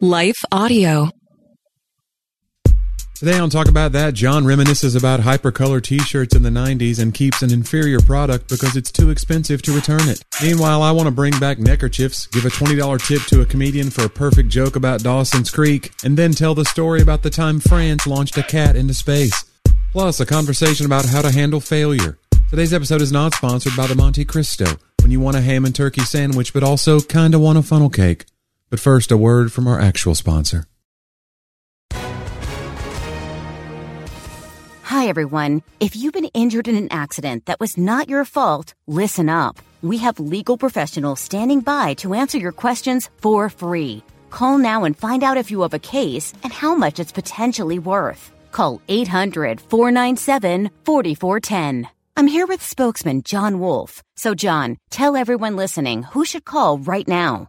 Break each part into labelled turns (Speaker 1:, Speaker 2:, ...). Speaker 1: Life Audio.
Speaker 2: Today on Talk About That, John reminisces about hypercolor t shirts in the 90s and keeps an inferior product because it's too expensive to return it. Meanwhile, I want to bring back neckerchiefs, give a $20 tip to a comedian for a perfect joke about Dawson's Creek, and then tell the story about the time France launched a cat into space. Plus, a conversation about how to handle failure. Today's episode is not sponsored by the Monte Cristo when you want a ham and turkey sandwich but also kinda want a funnel cake. But first, a word from our actual sponsor.
Speaker 3: Hi, everyone. If you've been injured in an accident that was not your fault, listen up. We have legal professionals standing by to answer your questions for free. Call now and find out if you have a case and how much it's potentially worth. Call 800 497 4410. I'm here with spokesman John Wolf. So, John, tell everyone listening who should call right now.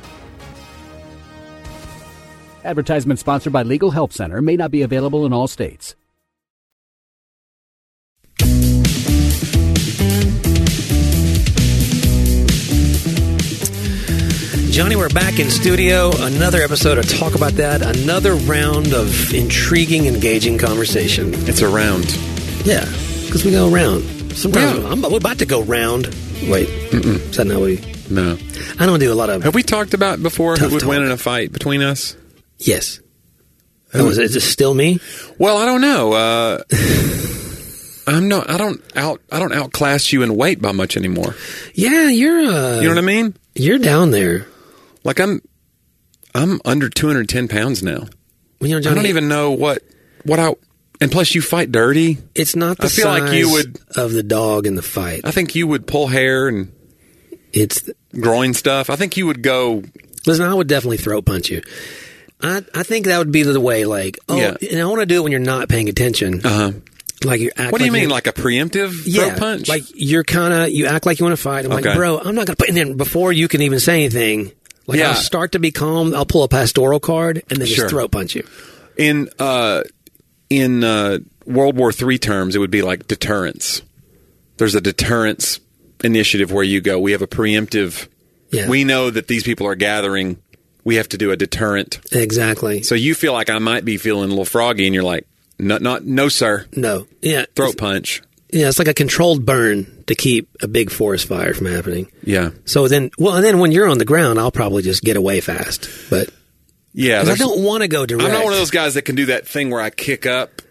Speaker 4: Advertisement sponsored by Legal Help Center may not be available in all states.
Speaker 5: Johnny, we're back in studio. Another episode of Talk About That. Another round of intriguing, engaging conversation.
Speaker 2: It's a round.
Speaker 5: Yeah, because we go round. Sometimes I'm, we're about to go round. Wait, is that not what we?
Speaker 2: No.
Speaker 5: I don't do a lot of.
Speaker 2: Have we talked about before
Speaker 5: Tough
Speaker 2: who would
Speaker 5: talk.
Speaker 2: win in a fight between us?
Speaker 5: Yes. Oh, is, it, is it still me?
Speaker 2: Well, I don't know. Uh, I'm not. I don't out. I don't outclass you in weight by much anymore.
Speaker 5: Yeah, you're. Uh,
Speaker 2: You know what I mean?
Speaker 5: You're down there.
Speaker 2: Like I'm. I'm under 210 pounds now.
Speaker 5: Well, you know,
Speaker 2: I
Speaker 5: Johnny,
Speaker 2: don't even know what what I. And plus, you fight dirty.
Speaker 5: It's not the
Speaker 2: I feel like you
Speaker 5: size
Speaker 2: would-
Speaker 5: of the dog in the fight.
Speaker 2: I think you would pull hair and
Speaker 5: It's
Speaker 2: groin stuff. I think you would go.
Speaker 5: Listen, I would definitely throat punch you. I, I think that would be the way, like, oh,
Speaker 2: Yeah.
Speaker 5: and I want to do it when you're not paying attention.
Speaker 2: Uh,
Speaker 5: Like you act.
Speaker 2: what do you
Speaker 5: Uh-huh. like
Speaker 2: mean,
Speaker 5: you're-
Speaker 2: like a preemptive
Speaker 5: yeah,
Speaker 2: throat punch?
Speaker 5: Like you're kind of you act like you want to fight. I'm
Speaker 2: Okay.
Speaker 5: like, bro, I'm not gonna. put And then before you can even say anything, like
Speaker 2: Yeah.
Speaker 5: I'll start to be calm. I'll pull a pastoral card and then
Speaker 2: Sure.
Speaker 5: just throat punch you.
Speaker 2: in uh, in uh, World War III terms, it would be like deterrence. There's a deterrence initiative where you go. We have a preemptive.
Speaker 5: Yeah.
Speaker 2: We know that these people are gathering. We have to do a deterrent.
Speaker 5: Exactly.
Speaker 2: So you feel like I might be feeling a little froggy, and you're like, no, not no, sir.
Speaker 5: no. Yeah.
Speaker 2: Throat
Speaker 5: It's,
Speaker 2: punch.
Speaker 5: yeah, it's like a controlled burn to keep a big forest fire from happening.
Speaker 2: Yeah,
Speaker 5: So then, well, and then when you're on the ground, I'll probably just get away fast. But 'cause
Speaker 2: yeah.
Speaker 5: I
Speaker 2: there's-
Speaker 5: don't want to go direct.
Speaker 2: I'm not one of those guys that can do that thing where I kick up.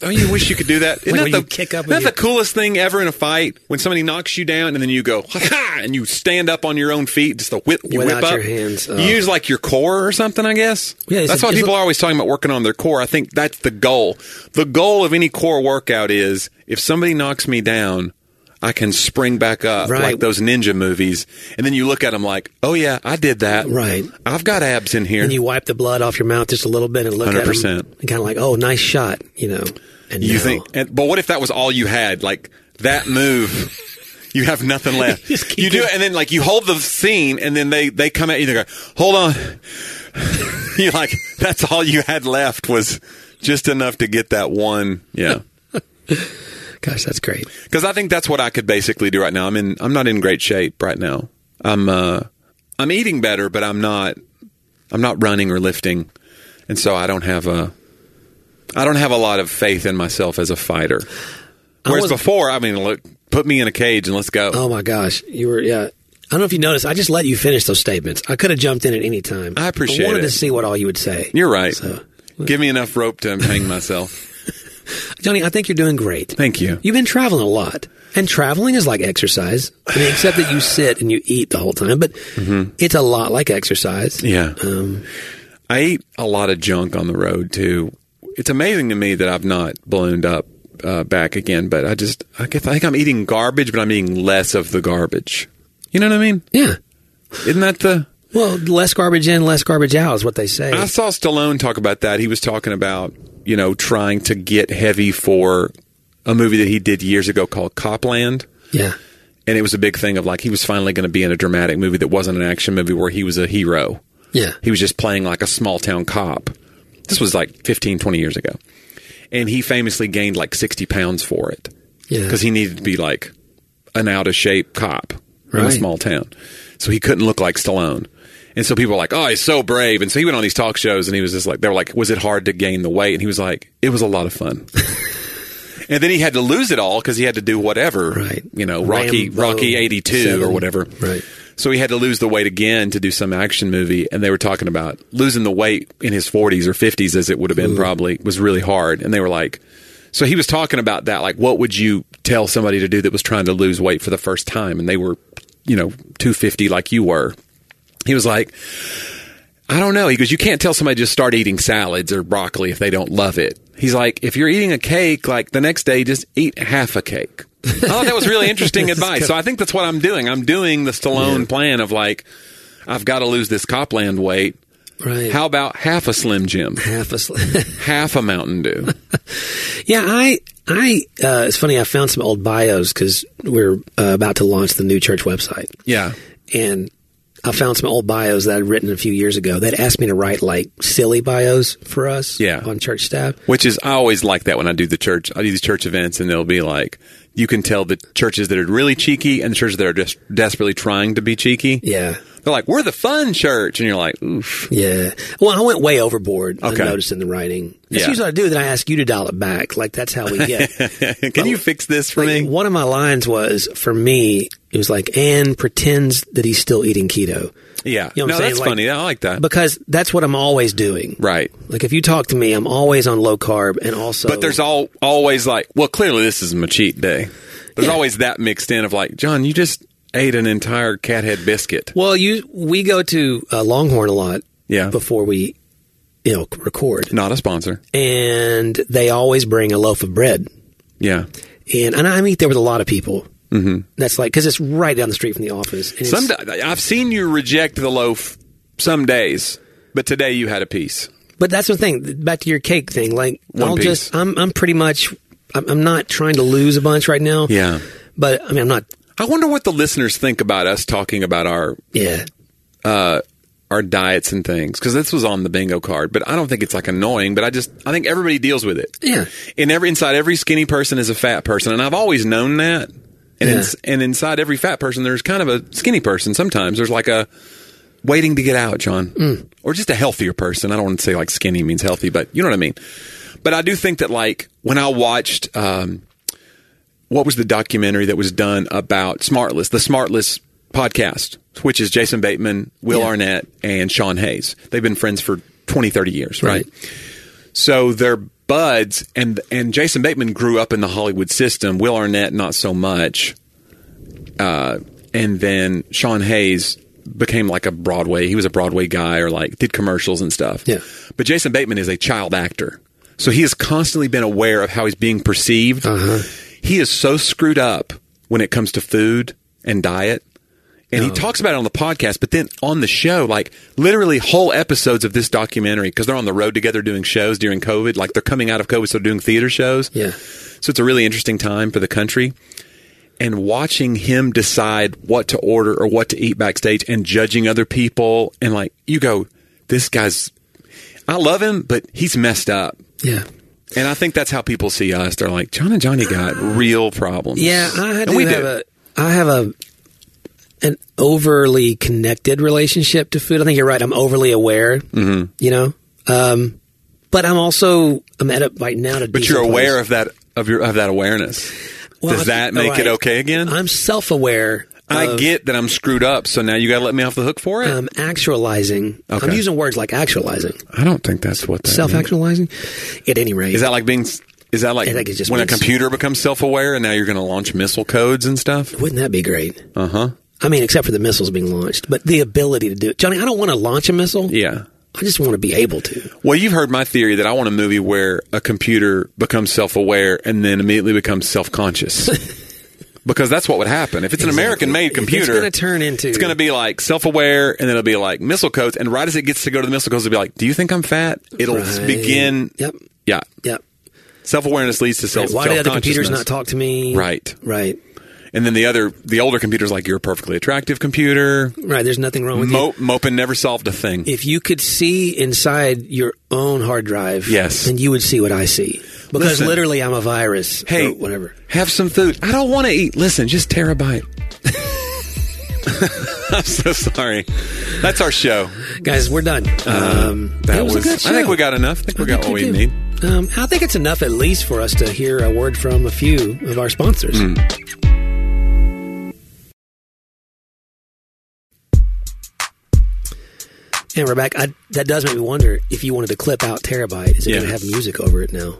Speaker 2: Oh, you wish you could do that. Isn't
Speaker 5: Like
Speaker 2: that
Speaker 5: when
Speaker 2: the,
Speaker 5: you kick up
Speaker 2: isn't that
Speaker 5: with your-
Speaker 2: the coolest thing ever in a fight? When somebody knocks you down and then you go, ha ha, and you stand up on your own feet, just the whip, you
Speaker 5: Without
Speaker 2: whip up.
Speaker 5: your hands, oh.
Speaker 2: You use like your core or something, I guess.
Speaker 5: Yeah, it's
Speaker 2: that's
Speaker 5: a-
Speaker 2: why
Speaker 5: it's
Speaker 2: people
Speaker 5: a-
Speaker 2: are always talking about working on their core. I think that's the goal. The goal of any core workout is if somebody knocks me down, I can spring back up
Speaker 5: Right.
Speaker 2: like those ninja movies. And then you look at them like, oh yeah, I did that.
Speaker 5: Right.
Speaker 2: I've got abs in here.
Speaker 5: and you wipe the blood off your mouth just a little bit and look at
Speaker 2: 100%.
Speaker 5: them and kind of like, oh, nice shot, you know. And
Speaker 2: You
Speaker 5: no.
Speaker 2: think, and, but what if that was all you had? Like that move, you have nothing left.
Speaker 5: Just keep
Speaker 2: you do
Speaker 5: it-
Speaker 2: it, and then like you hold the scene, and then they they come at you. They go, "Hold on." You're like, that's all you had left was just enough to get that one. Yeah,
Speaker 5: gosh, that's great.
Speaker 2: because I think that's what I could basically do right now. I'm in. I'm not in great shape right now. I'm uh, I'm eating better, but I'm not. I'm not running or lifting, and so I don't have a. I don't have a lot of faith in myself as a fighter.
Speaker 5: I
Speaker 2: Whereas
Speaker 5: was-
Speaker 2: before, I mean, look, put me in a cage and let's go.
Speaker 5: Oh my gosh, you were yeah. I don't know if you noticed. I just let you finish those statements. I could have jumped in at any time.
Speaker 2: I appreciate
Speaker 5: I wanted
Speaker 2: it.
Speaker 5: to see what all you would say.
Speaker 2: You're right.
Speaker 5: So,
Speaker 2: Give me enough rope to hang myself.
Speaker 5: Johnny, I think you're doing great.
Speaker 2: Thank you.
Speaker 5: You've been traveling a lot, and traveling is like exercise. I mean, except that you sit and you eat the whole time, but it's a lot like exercise.
Speaker 2: Mm-hmm. Yeah.
Speaker 5: Um,
Speaker 2: I eat a lot of junk on the road too. It's amazing to me that I've not ballooned up uh, back again, but I just I guess I think I'm eating garbage, but I'm eating less of the garbage. You know what I mean?
Speaker 5: yeah.
Speaker 2: Isn't that the?
Speaker 5: Well, less garbage in, less garbage out is what they say.
Speaker 2: I saw Stallone talk about that. He was talking about you know, trying to get heavy for a movie that he did years ago called Copland.
Speaker 5: Yeah.
Speaker 2: And it was a big thing of like he was finally going to be in a dramatic movie that wasn't an action movie where he was a hero.
Speaker 5: Yeah.
Speaker 2: He was just playing like a small town cop. This was like 15, 20 years ago. And he famously gained like 60 pounds for it
Speaker 5: Yeah.
Speaker 2: because he needed to be like an out of shape cop in a
Speaker 5: Right.
Speaker 2: small town. So he couldn't look like Stallone. And so people were like, oh, he's so brave. And so he went on these talk shows and he was just like, they were like, was it hard to gain the weight? And he was like, it was a lot of fun. and then he had to lose it all because he had to do whatever,
Speaker 5: Right.
Speaker 2: you know, Rocky,
Speaker 5: Rambo
Speaker 2: Rocky 82 or
Speaker 5: seven.
Speaker 2: whatever.
Speaker 5: Right.
Speaker 2: So he had to lose the weight again to do some action movie, and they were talking about losing the weight in his 40s or 50s, as it would have been probably, was really hard. And they were like, so he was talking about that, like, what would you tell somebody to do that was trying to lose weight for the first time? And they were, you know, 250 like you were. He was like, I don't know. He goes, you can't tell somebody to just start eating salads or broccoli if they don't love it. He's like, if you're eating a cake, like the next day, just eat half a cake. I thought that was really interesting advice. So I think that's what I'm doing. I'm doing the Stallone plan of like, I've got to lose this Copland weight.
Speaker 5: Right.
Speaker 2: How about half a Slim Jim,
Speaker 5: half a sl-
Speaker 2: half a Mountain Dew?
Speaker 5: Yeah, I I uh, it's funny I found some old bios cuz we're uh, about to launch the new church website.
Speaker 2: Yeah.
Speaker 5: and I found some old bios that I'd written a few years ago. They'd asked me to write like silly bios for us
Speaker 2: Yeah.
Speaker 5: on church staff.
Speaker 2: Which is, I always like that when I do the church, I do these church events and they'll be like, you can tell the churches that are really cheeky and the churches that are just desperately trying to be cheeky.
Speaker 5: Yeah.
Speaker 2: They're like, we're the fun church. And you're like, oof.
Speaker 5: Yeah. Well, I went way overboard.
Speaker 2: Okay.
Speaker 5: I noticed in the writing. That's
Speaker 2: Yeah.
Speaker 5: usually what I do. Then I ask you to dial it back. Like that's how we get.
Speaker 2: Can you fix this for
Speaker 5: Like,
Speaker 2: me?
Speaker 5: One of my lines was for me. It was like Anne pretends that he's still eating keto
Speaker 2: Yeah.
Speaker 5: You know what
Speaker 2: no,
Speaker 5: I'm saying?
Speaker 2: that's
Speaker 5: Like-
Speaker 2: funny. I like that.
Speaker 5: because that's what I'm always doing.
Speaker 2: right.
Speaker 5: Like if you talk to me, I'm always on low carb and also.
Speaker 2: But there's all always like, well, clearly this is my cheat day. There's
Speaker 5: Yeah.
Speaker 2: always that mixed in of like, John, you just ate an entire cathead biscuit.
Speaker 5: Well, you we go to uh, Longhorn a lot.
Speaker 2: Yeah.
Speaker 5: Before we, you know, record,
Speaker 2: Not a sponsor.
Speaker 5: and they always bring a loaf of bread.
Speaker 2: Yeah.
Speaker 5: And and I meet there with a lot of people. Mm-hmm. That's like because it's right down the street from the office. And it's-
Speaker 2: Some I've seen you reject the loaf some days, but today you had a piece.
Speaker 5: but that's the thing. Back to your cake thing. Like
Speaker 2: One
Speaker 5: I'll
Speaker 2: piece.
Speaker 5: just I'm I'm pretty much I'm, I'm not trying to lose a bunch right now.
Speaker 2: Yeah.
Speaker 5: But I mean I'm not.
Speaker 2: I wonder what the listeners think about us talking about our
Speaker 5: Yeah.
Speaker 2: uh, our diets and things because this was on the bingo card but i don't think it's like annoying but i just i think everybody deals with it
Speaker 5: Yeah.
Speaker 2: and every inside every skinny person is a fat person and i've always known that and
Speaker 5: Yeah.
Speaker 2: ins- and inside every fat person there's kind of a skinny person sometimes there's like a waiting to get out john
Speaker 5: Mm.
Speaker 2: or just a healthier person i don't want to say like skinny means healthy but you know what i mean but i do think that like when i watched um what was the documentary that was done about Smartless, the Smartless podcast, which is Jason Bateman, Will
Speaker 5: Yeah.
Speaker 2: Arnett, and Sean Hayes. They've been friends for 20, 30 years, right?
Speaker 5: Right.
Speaker 2: So they're buds, and and Jason Bateman grew up in the Hollywood system. Will Arnett, not so much. Uh, and then Sean Hayes became like a Broadway. He was a Broadway guy, or like did commercials and stuff.
Speaker 5: Yeah.
Speaker 2: But Jason Bateman is a child actor, so he has constantly been aware of how he's being perceived. He is so screwed up when it comes to food and diet. And he talks about it on the podcast, but then on the show, like literally whole episodes of this documentary, because they're on the road together doing shows during COVID. Like they're coming out of COVID, so they're doing theater shows.
Speaker 5: Yeah.
Speaker 2: So it's a really interesting time for the country. And watching him decide what to order or what to eat backstage and judging other people. And like, you go, this guy's, I love him, but he's messed up.
Speaker 5: Yeah.
Speaker 2: And I think that's how people see us. They're like, John and Johnny got real problems.
Speaker 5: Yeah, I
Speaker 2: and
Speaker 5: do
Speaker 2: we
Speaker 5: have
Speaker 2: do.
Speaker 5: a I have a an overly connected relationship to food. I think you're right. I'm overly aware. Mm-hmm. You know, um, but I'm also I'm at a right now. At a
Speaker 2: But you're aware of that of your of that awareness. Does that make it okay again?
Speaker 5: I'm self aware.
Speaker 2: I get that I'm screwed up, so now you got to let me off the hook for it.
Speaker 5: I'm um, actualizing. I'm
Speaker 2: Okay.
Speaker 5: using words like actualizing,
Speaker 2: I don't think that's what that
Speaker 5: self
Speaker 2: means.
Speaker 5: actualizing. At any rate,
Speaker 2: Is that like being? Is that like
Speaker 5: I think it just
Speaker 2: when a
Speaker 5: means-
Speaker 2: computer becomes self-aware and now you're going to launch missile codes and stuff?
Speaker 5: wouldn't that be great?
Speaker 2: Uh huh.
Speaker 5: I mean, except for the missiles being launched, but the ability to do it, Johnny. I don't want to launch a missile.
Speaker 2: Yeah.
Speaker 5: I just want to be able to.
Speaker 2: Well, you've heard my theory that I want a movie where a computer becomes self-aware and then immediately becomes self-conscious. Because that's what would happen if it's an
Speaker 5: Exactly.
Speaker 2: American-made
Speaker 5: It's
Speaker 2: computer.
Speaker 5: gonna turn into-
Speaker 2: It's going to be like self-aware, and then it'll be like missile codes. And right as it gets to go to the missile codes, it'll be like, "Do you think I'm fat?" It'll
Speaker 5: Right.
Speaker 2: begin.
Speaker 5: Yep.
Speaker 2: Yeah.
Speaker 5: Yep.
Speaker 2: Self awareness leads to self
Speaker 5: Why did the computers not
Speaker 2: self-consciousness.
Speaker 5: talk to me?
Speaker 2: Right.
Speaker 5: Right.
Speaker 2: And then the other, the older computer's like, you're a perfectly attractive computer.
Speaker 5: Right. There's nothing wrong with you.
Speaker 2: Mo- Mopin never solved a thing.
Speaker 5: If you could see inside your own hard drive,
Speaker 2: Yes.
Speaker 5: then you would see what I see. Because
Speaker 2: Listen.
Speaker 5: literally, I'm a virus.
Speaker 2: hey,
Speaker 5: or whatever.
Speaker 2: Have some food. I don't want to eat. Listen, just terabyte. I'm so sorry. That's our show.
Speaker 5: Guys, we're done. Um,
Speaker 2: That
Speaker 5: it was, a good show.
Speaker 2: I think we got enough. I think we got what
Speaker 5: think
Speaker 2: we
Speaker 5: we
Speaker 2: need.
Speaker 5: do. Um, I think it's enough, at least, for us to hear a word from a few of our sponsors.
Speaker 2: Hmm.
Speaker 5: And we're back. I, that does make me wonder if you wanted to clip out terabyte, is it
Speaker 2: Yeah.
Speaker 5: going to have music over it now?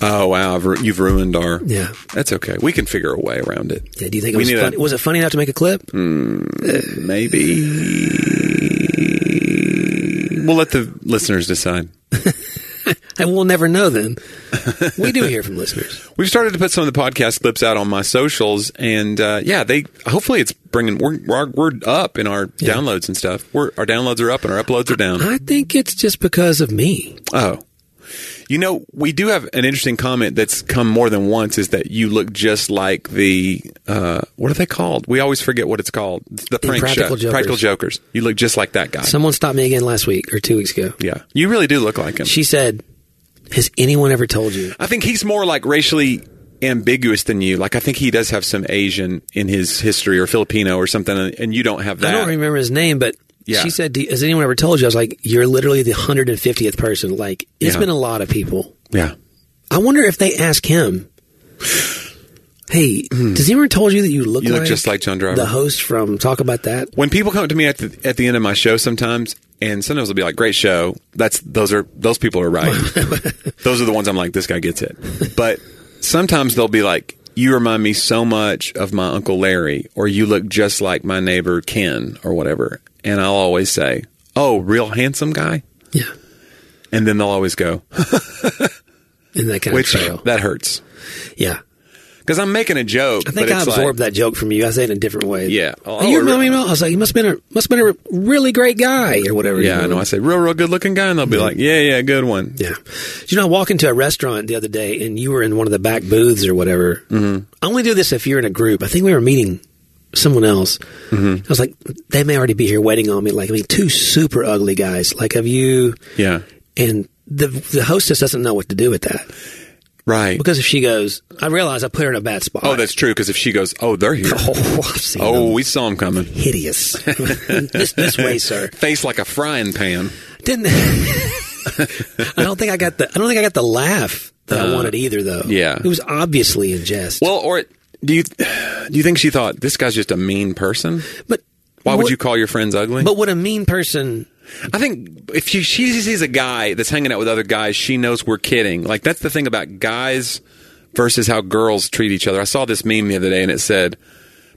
Speaker 2: Oh wow, I've ru- you've ruined our.
Speaker 5: Yeah.
Speaker 2: That's okay. We can figure a way around it.
Speaker 5: yeah do you think it
Speaker 2: We
Speaker 5: was
Speaker 2: need
Speaker 5: funny?
Speaker 2: a- Hmm.
Speaker 5: was it funny enough to make a clip?
Speaker 2: Maybe. We'll let the listeners decide.
Speaker 5: And we'll never know then. we do hear from listeners.
Speaker 2: We've started to put some of the podcast clips out on my socials, and uh, yeah, they hopefully it's bringing we're we're, we're up in our downloads and stuff. We're, our downloads are up and our uploads are down.
Speaker 5: I think it's just because of me.
Speaker 2: Oh. You know, we do have an interesting comment that's come more than once is that you look just like the uh, what are they called? We always forget what it's called. It's The prank
Speaker 5: Impractical
Speaker 2: show,
Speaker 5: Jokers.
Speaker 2: Practical Jokers. You look just like that guy.
Speaker 5: Someone stopped me again last week or two weeks ago.
Speaker 2: yeah, you really do look like him.
Speaker 5: She said, Has anyone ever told you?
Speaker 2: I think he's more like racially ambiguous than you. Like I think he does have some Asian in his history or Filipino or something, and you don't have that.
Speaker 5: I don't remember his name, but
Speaker 2: Yeah.
Speaker 5: she said, "Do- "Has anyone ever told you?" I was like, "You're literally the 150th person. Like, it's
Speaker 2: Yeah.
Speaker 5: been a lot of people.
Speaker 2: Yeah.
Speaker 5: I wonder if they ask him." Hey, does anyone ever told you that you look
Speaker 2: Hmm. You
Speaker 5: like
Speaker 2: look just like John Driver.
Speaker 5: the host from Talk About That?
Speaker 2: when people come to me at the at the end of my show sometimes and sometimes they'll be like great show that's those are those people are right those are the ones i'm like this guy gets it but sometimes they'll be like you remind me so much of my uncle larry or you look just like my neighbor ken or whatever and i'll always say oh real handsome guy
Speaker 5: Yeah,
Speaker 2: and then they'll always go
Speaker 5: in that kind
Speaker 2: which
Speaker 5: of trail.
Speaker 2: that hurts
Speaker 5: yeah,
Speaker 2: because i'm making a joke
Speaker 5: I think
Speaker 2: but
Speaker 5: I
Speaker 2: it's
Speaker 5: absorbed
Speaker 2: like,
Speaker 5: that joke from you. I said it in a different way.
Speaker 2: Yeah.
Speaker 5: oh,
Speaker 2: Oh,
Speaker 5: you
Speaker 2: or-
Speaker 5: remind me. of- I was like, you must have been a must have been a really great guy or whatever.
Speaker 2: yeah i
Speaker 5: you
Speaker 2: know i say real real good looking guy and they'll be like yeah yeah good one
Speaker 5: Mm-hmm. Yeah. You know, I walked into a restaurant the other day and you were in one of the back booths or whatever. Mm-hmm. I only do this if you're in a group. I think we were meeting someone else.
Speaker 2: Mm-hmm.
Speaker 5: I was like, they may already be here waiting on me. Like, I mean, two super ugly guys. Like, have you.
Speaker 2: yeah
Speaker 5: And the, the hostess doesn't know what to do with that.
Speaker 2: right
Speaker 5: Because if she goes, I realize I put her in a bad spot.
Speaker 2: oh that's true because if she goes oh they're here
Speaker 5: Oh, I've seen
Speaker 2: Oh,
Speaker 5: them.
Speaker 2: we saw him coming.
Speaker 5: Hideous. this, this way, sir.
Speaker 2: Face like a frying pan.
Speaker 5: Didn't I don't think I got the I don't think I got the laugh that I wanted either though.
Speaker 2: Uh, yeah.
Speaker 5: It was obviously in jest.
Speaker 2: Well, or do you do you think she thought this guy's just a mean person?
Speaker 5: But
Speaker 2: Why would
Speaker 5: what-
Speaker 2: you call your friends ugly?
Speaker 5: But would a mean person?
Speaker 2: I think if she, she sees a guy that's hanging out with other guys, she knows we're kidding. Like that's the thing about guys versus how girls treat each other. I saw this meme the other day, and it said.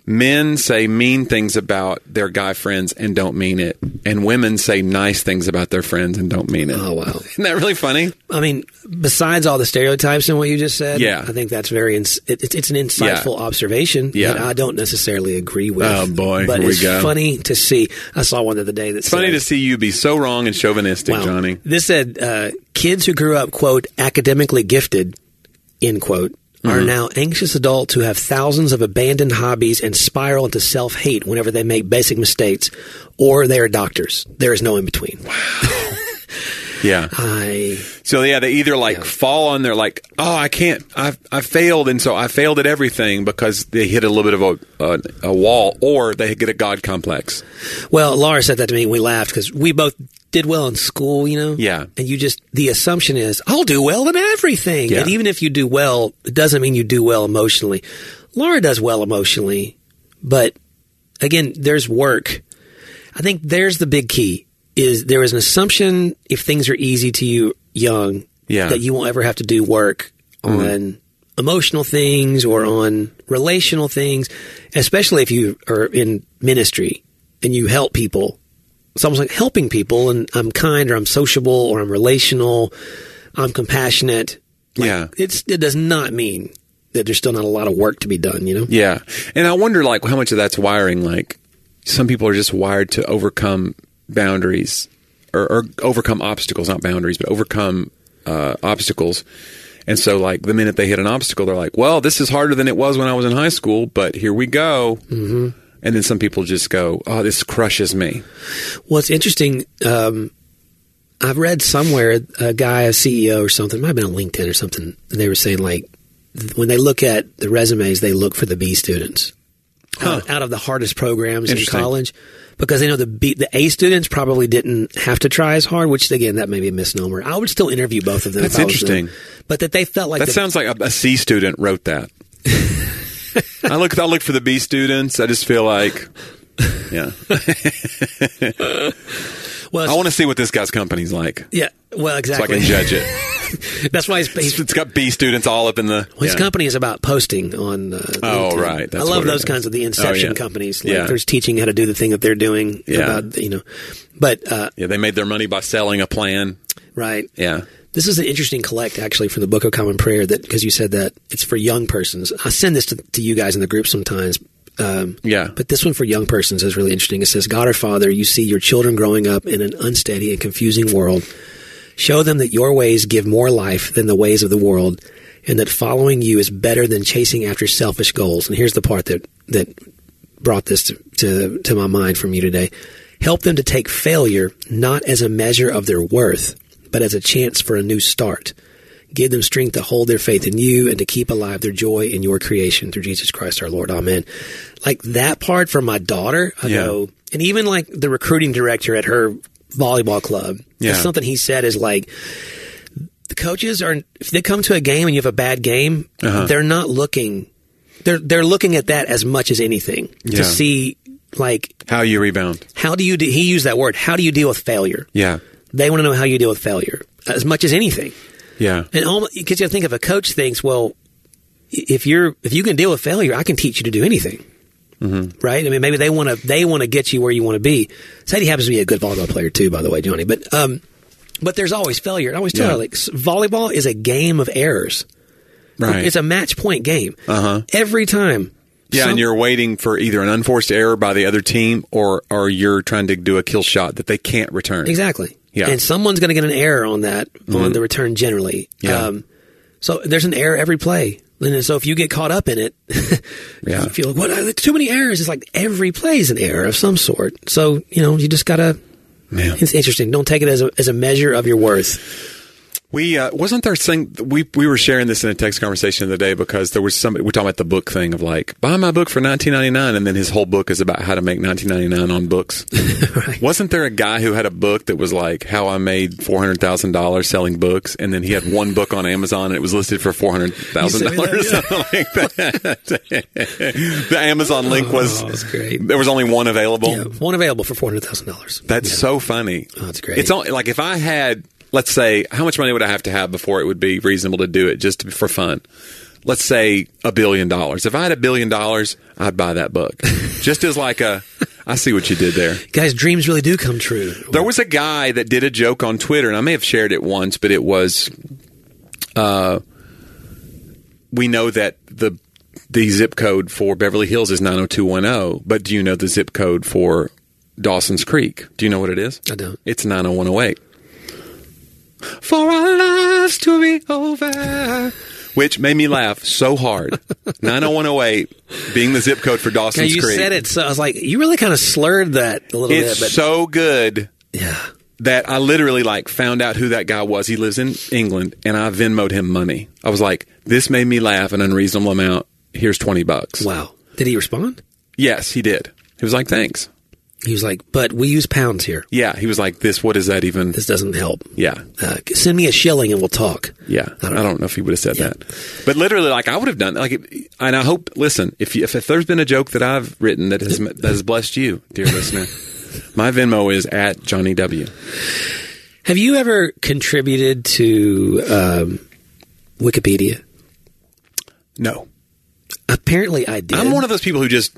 Speaker 2: Men say mean things about their guy friends and don't mean it, and women say nice things about their friends and don't mean it.
Speaker 5: Oh wow!
Speaker 2: Isn't that really funny?
Speaker 5: I mean, besides all the stereotypes and what you just said,
Speaker 2: Yeah.
Speaker 5: I think that's very ins- it, it's it's an insightful
Speaker 2: Yeah.
Speaker 5: observation
Speaker 2: Yeah.
Speaker 5: that I don't necessarily agree with.
Speaker 2: Oh, boy.
Speaker 5: but
Speaker 2: Here we
Speaker 5: it's
Speaker 2: go.
Speaker 5: funny to see. I saw one the other day that's
Speaker 2: It's funny to see you be so wrong and chauvinistic, Johnny.
Speaker 5: This said uh, kids who grew up quote academically gifted end quote. Are
Speaker 2: Mm-hmm.
Speaker 5: now anxious adults who have thousands of abandoned hobbies and spiral into self hate whenever they make basic mistakes, or they are doctors. There is no in between.
Speaker 2: Yeah.
Speaker 5: I
Speaker 2: So yeah, they either like fall on their like, oh, I can't, I I failed, and so I failed at everything because they hit a little bit of a a, a wall, or they get a god complex.
Speaker 5: Well, Laura said that to me and we laughed because we both did well in school, you know?
Speaker 2: Yeah.
Speaker 5: And you just, the assumption is, I'll do well in everything.
Speaker 2: Yeah.
Speaker 5: And even if you do well, it doesn't mean you do well emotionally. Laura does well emotionally, but again, there's work. I think there's the big key is there is an assumption if things are easy to you young
Speaker 2: Yeah. Mm-hmm.
Speaker 5: that you won't ever have to do work on emotional things or on relational things, especially if you are in ministry and you help people. It's almost like helping people and I'm kind or I'm sociable or I'm relational, I'm compassionate.
Speaker 2: yeah,
Speaker 5: It's it does not mean that there's still not a lot of work to be done, you know?
Speaker 2: yeah. And I wonder like how much of that's wiring. Like some people are just wired to overcome boundaries or, or overcome obstacles, not boundaries, but overcome uh, obstacles. And so, like, the minute they hit an obstacle, they're like, well, this is harder than it was when I was in high school, but here we go. Mm-hmm. And then some people just go, oh, this crushes me.
Speaker 5: Well, it's interesting. Um, I've read somewhere a guy, a CEO or something, might have been on LinkedIn or something, and they were saying like th- when they look at the resumes, they look for the B students out, out of the hardest programs in
Speaker 2: Interesting.
Speaker 5: college because they know the B, the A students probably didn't have to try as hard. Which again, that may be a misnomer. I would still interview both of them. if
Speaker 2: That's
Speaker 5: I was them.
Speaker 2: interesting.
Speaker 5: but that they felt like
Speaker 2: That
Speaker 5: the-
Speaker 2: sounds like a, a C student wrote that. I look, I look for the B students. I just feel like, yeah,
Speaker 5: well.
Speaker 2: I want to see what this guy's company's like
Speaker 5: yeah, well,
Speaker 2: so I
Speaker 5: exactly.
Speaker 2: can judge it.
Speaker 5: That's why he's, he's
Speaker 2: It's- it's got B students all up in the.
Speaker 5: Well, his
Speaker 2: yeah.
Speaker 5: company is about posting on. Uh,
Speaker 2: Oh,
Speaker 5: LinkedIn.
Speaker 2: right. That's
Speaker 5: I love
Speaker 2: what it
Speaker 5: those
Speaker 2: is.
Speaker 5: kinds of the inception
Speaker 2: Oh, yeah.
Speaker 5: companies. Like
Speaker 2: Yeah.
Speaker 5: there's teaching how to do the thing that they're doing.
Speaker 2: Yeah.
Speaker 5: about, you know, but uh,
Speaker 2: Yeah, they made their money by selling a plan.
Speaker 5: right.
Speaker 2: Yeah.
Speaker 5: This is an interesting collect actually from the Book of Common Prayer that because you said that it's for young persons. I send this to, to you guys in the group sometimes. Um,
Speaker 2: Yeah.
Speaker 5: But this one for young persons is really interesting. It says, God our Father, you see your children growing up in an unsteady and confusing world. Show them that your ways give more life than the ways of the world, and that following you is better than chasing after selfish goals. And here's the part that, that brought this to, to, to my mind from you today. Help them to take failure not as a measure of their worth, but as a chance for a new start. Give them strength to hold their faith in you and to keep alive their joy in your creation through Jesus Christ our Lord. Amen. Like that part for my daughter, I
Speaker 2: Yeah.
Speaker 5: know, and even like the recruiting director at her volleyball club,
Speaker 2: Yeah.
Speaker 5: that's something he said is like, the coaches are, if they come to a game and you have a bad game,
Speaker 2: Uh-huh.
Speaker 5: they're not looking, they're, they're looking at that as much as anything
Speaker 2: Yeah.
Speaker 5: to see like
Speaker 2: How you rebound.
Speaker 5: how do you de- he used that word how do you deal with failure
Speaker 2: Yeah.
Speaker 5: they want to know how you deal with failure as much as anything
Speaker 2: Yeah.
Speaker 5: and almost because you think if a coach thinks well i- if you're if you can deal with failure i can teach you to do anything
Speaker 2: Mm-hmm.
Speaker 5: right i mean maybe they want to they want to get you where you want to be sadie happens to be a good volleyball player too by the way johnny but um but there's always failure. I always tell
Speaker 2: Yeah.
Speaker 5: her, like, s- volleyball is a game of errors.
Speaker 2: Right.
Speaker 5: It's a match point game. Uh-huh. Every time.
Speaker 2: yeah,
Speaker 5: some-
Speaker 2: and you're waiting for either an unforced error by the other team or or you're trying to do a kill shot that they can't return.
Speaker 5: Exactly.
Speaker 2: Yeah. Mm-hmm.
Speaker 5: And someone's going to get an error on that on the return generally. Um,
Speaker 2: Yeah.
Speaker 5: so there's an error every play. And then so if you get caught up in it,
Speaker 2: Yeah.
Speaker 5: you feel like, what? There's too many errors. It's like every play is an error of some sort. So, you know, you just got to.
Speaker 2: Man.
Speaker 5: It's interesting. Don't take it as a, as a measure of your worth.
Speaker 2: We uh, wasn't there thing we we were sharing this in a text conversation the other day because there was somebody we're talking about the book thing of like buy my book for 19.99 and then his whole book is about how to make 19.99 on books.
Speaker 5: Right.
Speaker 2: Wasn't there a guy who had a book that was like how I made four hundred thousand dollars selling books, and then he had one book on Amazon and it was listed for four hundred thousand dollars, something like that. the Amazon link was
Speaker 5: that's great.
Speaker 2: There was only one available.
Speaker 5: Oh, Yeah. One available for $400,000.
Speaker 2: That's so funny.
Speaker 5: Oh, that's great.
Speaker 2: It's only like if I had, let's say, how much money would I have to have before it would be reasonable to do it just to, for fun? Let's say a billion dollars. If I had a billion dollars, I'd buy that book. just as like a, I see what you did there.
Speaker 5: Guys, dreams really do come true.
Speaker 2: There was a guy that did a joke on Twitter, and I may have shared it once, but it was, uh, we know that the the zip code for Beverly Hills is nine hundred two one zero, but do you know the zip code for Dawson's Creek? Do you know what it is?
Speaker 5: I don't.
Speaker 2: It's nine hundred one zero eight. For our lives to be over. Which made me laugh so hard. 90108 being the zip code for
Speaker 5: Now,
Speaker 2: Dawson's
Speaker 5: you
Speaker 2: Creek.
Speaker 5: said it, so I was like, you really kind of slurred that a little
Speaker 2: It's
Speaker 5: bit. But
Speaker 2: so good
Speaker 5: yeah.
Speaker 2: that I literally like found out who that guy was. He lives in England, and I Venmoed him money. I was like, "This made me laugh an unreasonable amount. Here's twenty bucks."
Speaker 5: Wow. Did he respond?
Speaker 2: Yes, he did. He was like, "Thanks."
Speaker 5: He was like, but we use pounds here.
Speaker 2: Yeah, he was like, "This. What is that even?"
Speaker 5: This doesn't help.
Speaker 2: Yeah,
Speaker 5: Uh, send me a shilling and we'll talk.
Speaker 2: yeah. I don't, know if he would have said
Speaker 5: Yeah.
Speaker 2: that, but literally, like, I would have done like, it- and I hope. Listen, if you, if, if there's been a joke that I've written that has that has blessed you, dear listener, my Venmo is at Johnny W.
Speaker 5: Have you ever contributed to um, Wikipedia?
Speaker 2: No,
Speaker 5: Apparently, I did.
Speaker 2: I'm one of those people who just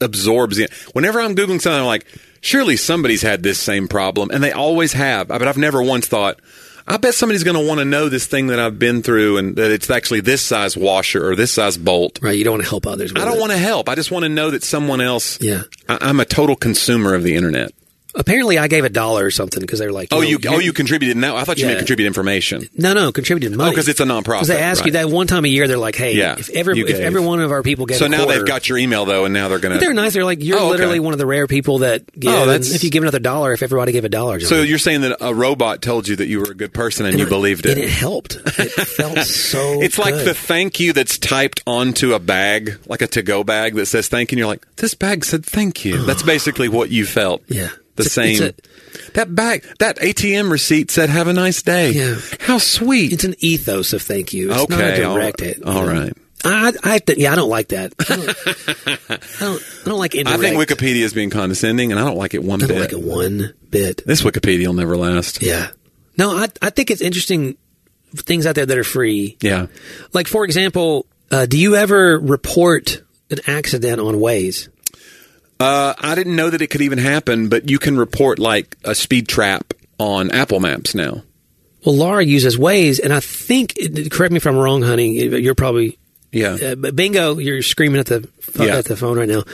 Speaker 2: absorbs it. Whenever I'm googling something, I'm like, surely somebody's had this same problem, and they always have. But I've never once thought, I bet somebody's going to want to know this thing that I've been through, and that it's actually this size washer or this size bolt.
Speaker 5: right. You don't want to help others. With
Speaker 2: I don't
Speaker 5: it.
Speaker 2: want to help. I just want to know that someone else.
Speaker 5: Yeah.
Speaker 2: I, I'm a total consumer of the internet.
Speaker 5: Apparently, I gave a dollar or something because they were like,
Speaker 2: Oh,
Speaker 5: know,
Speaker 2: you oh you contributed in that. I thought you
Speaker 5: Yeah.
Speaker 2: meant contribute information.
Speaker 5: No, no, contributed money.
Speaker 2: 'cause it's a nonprofit,
Speaker 5: 'Cause they ask you
Speaker 2: right.
Speaker 5: that one time a year. They're like, hey,
Speaker 2: Yeah,
Speaker 5: if every
Speaker 2: you
Speaker 5: if
Speaker 2: gave.
Speaker 5: every one of our people gets
Speaker 2: So now they've got your email though, and now they're gonna.
Speaker 5: But they're nice. They're like, you're
Speaker 2: Oh, okay.
Speaker 5: literally one of the rare people that give.
Speaker 2: Oh,
Speaker 5: and
Speaker 2: that's-
Speaker 5: if you give another dollar, if everybody gave a dollar,
Speaker 2: So
Speaker 5: John,
Speaker 2: you're saying that a robot told you that you were a good person and you believed
Speaker 5: and
Speaker 2: it.
Speaker 5: it helped. It felt so.
Speaker 2: It's like
Speaker 5: good.
Speaker 2: the thank you that's typed onto a bag, like a to-go bag that says thank you. And you're like, this bag said thank you. That's basically what you felt.
Speaker 5: Yeah.
Speaker 2: The
Speaker 5: It's a- it's
Speaker 2: same. that bag, that ATM receipt said, have a nice day.
Speaker 5: Yeah.
Speaker 2: How sweet.
Speaker 5: It's an ethos of thank you. It's not a
Speaker 2: Okay, all
Speaker 5: direct
Speaker 2: right.
Speaker 5: it.
Speaker 2: All right.
Speaker 5: I, I th- yeah, I don't like that. I don't, I don't, I don't like
Speaker 2: I
Speaker 5: indirect.
Speaker 2: think Wikipedia is being condescending, and I don't like it one
Speaker 5: I don't
Speaker 2: bit.
Speaker 5: like it one bit.
Speaker 2: This Wikipedia will never last.
Speaker 5: Yeah. No, I, I think it's interesting things out there that are free.
Speaker 2: Yeah.
Speaker 5: Like, for example, uh, do you ever report an accident on Waze?
Speaker 2: Uh, I didn't know that it could even happen, but you can report like a speed trap on Apple Maps now.
Speaker 5: Well, Laura uses Waze, and I think, correct me if I'm wrong, honey, you're probably
Speaker 2: Yeah.
Speaker 5: Uh, but bingo, you're screaming at the pho-
Speaker 2: Yeah.
Speaker 5: at the phone right now.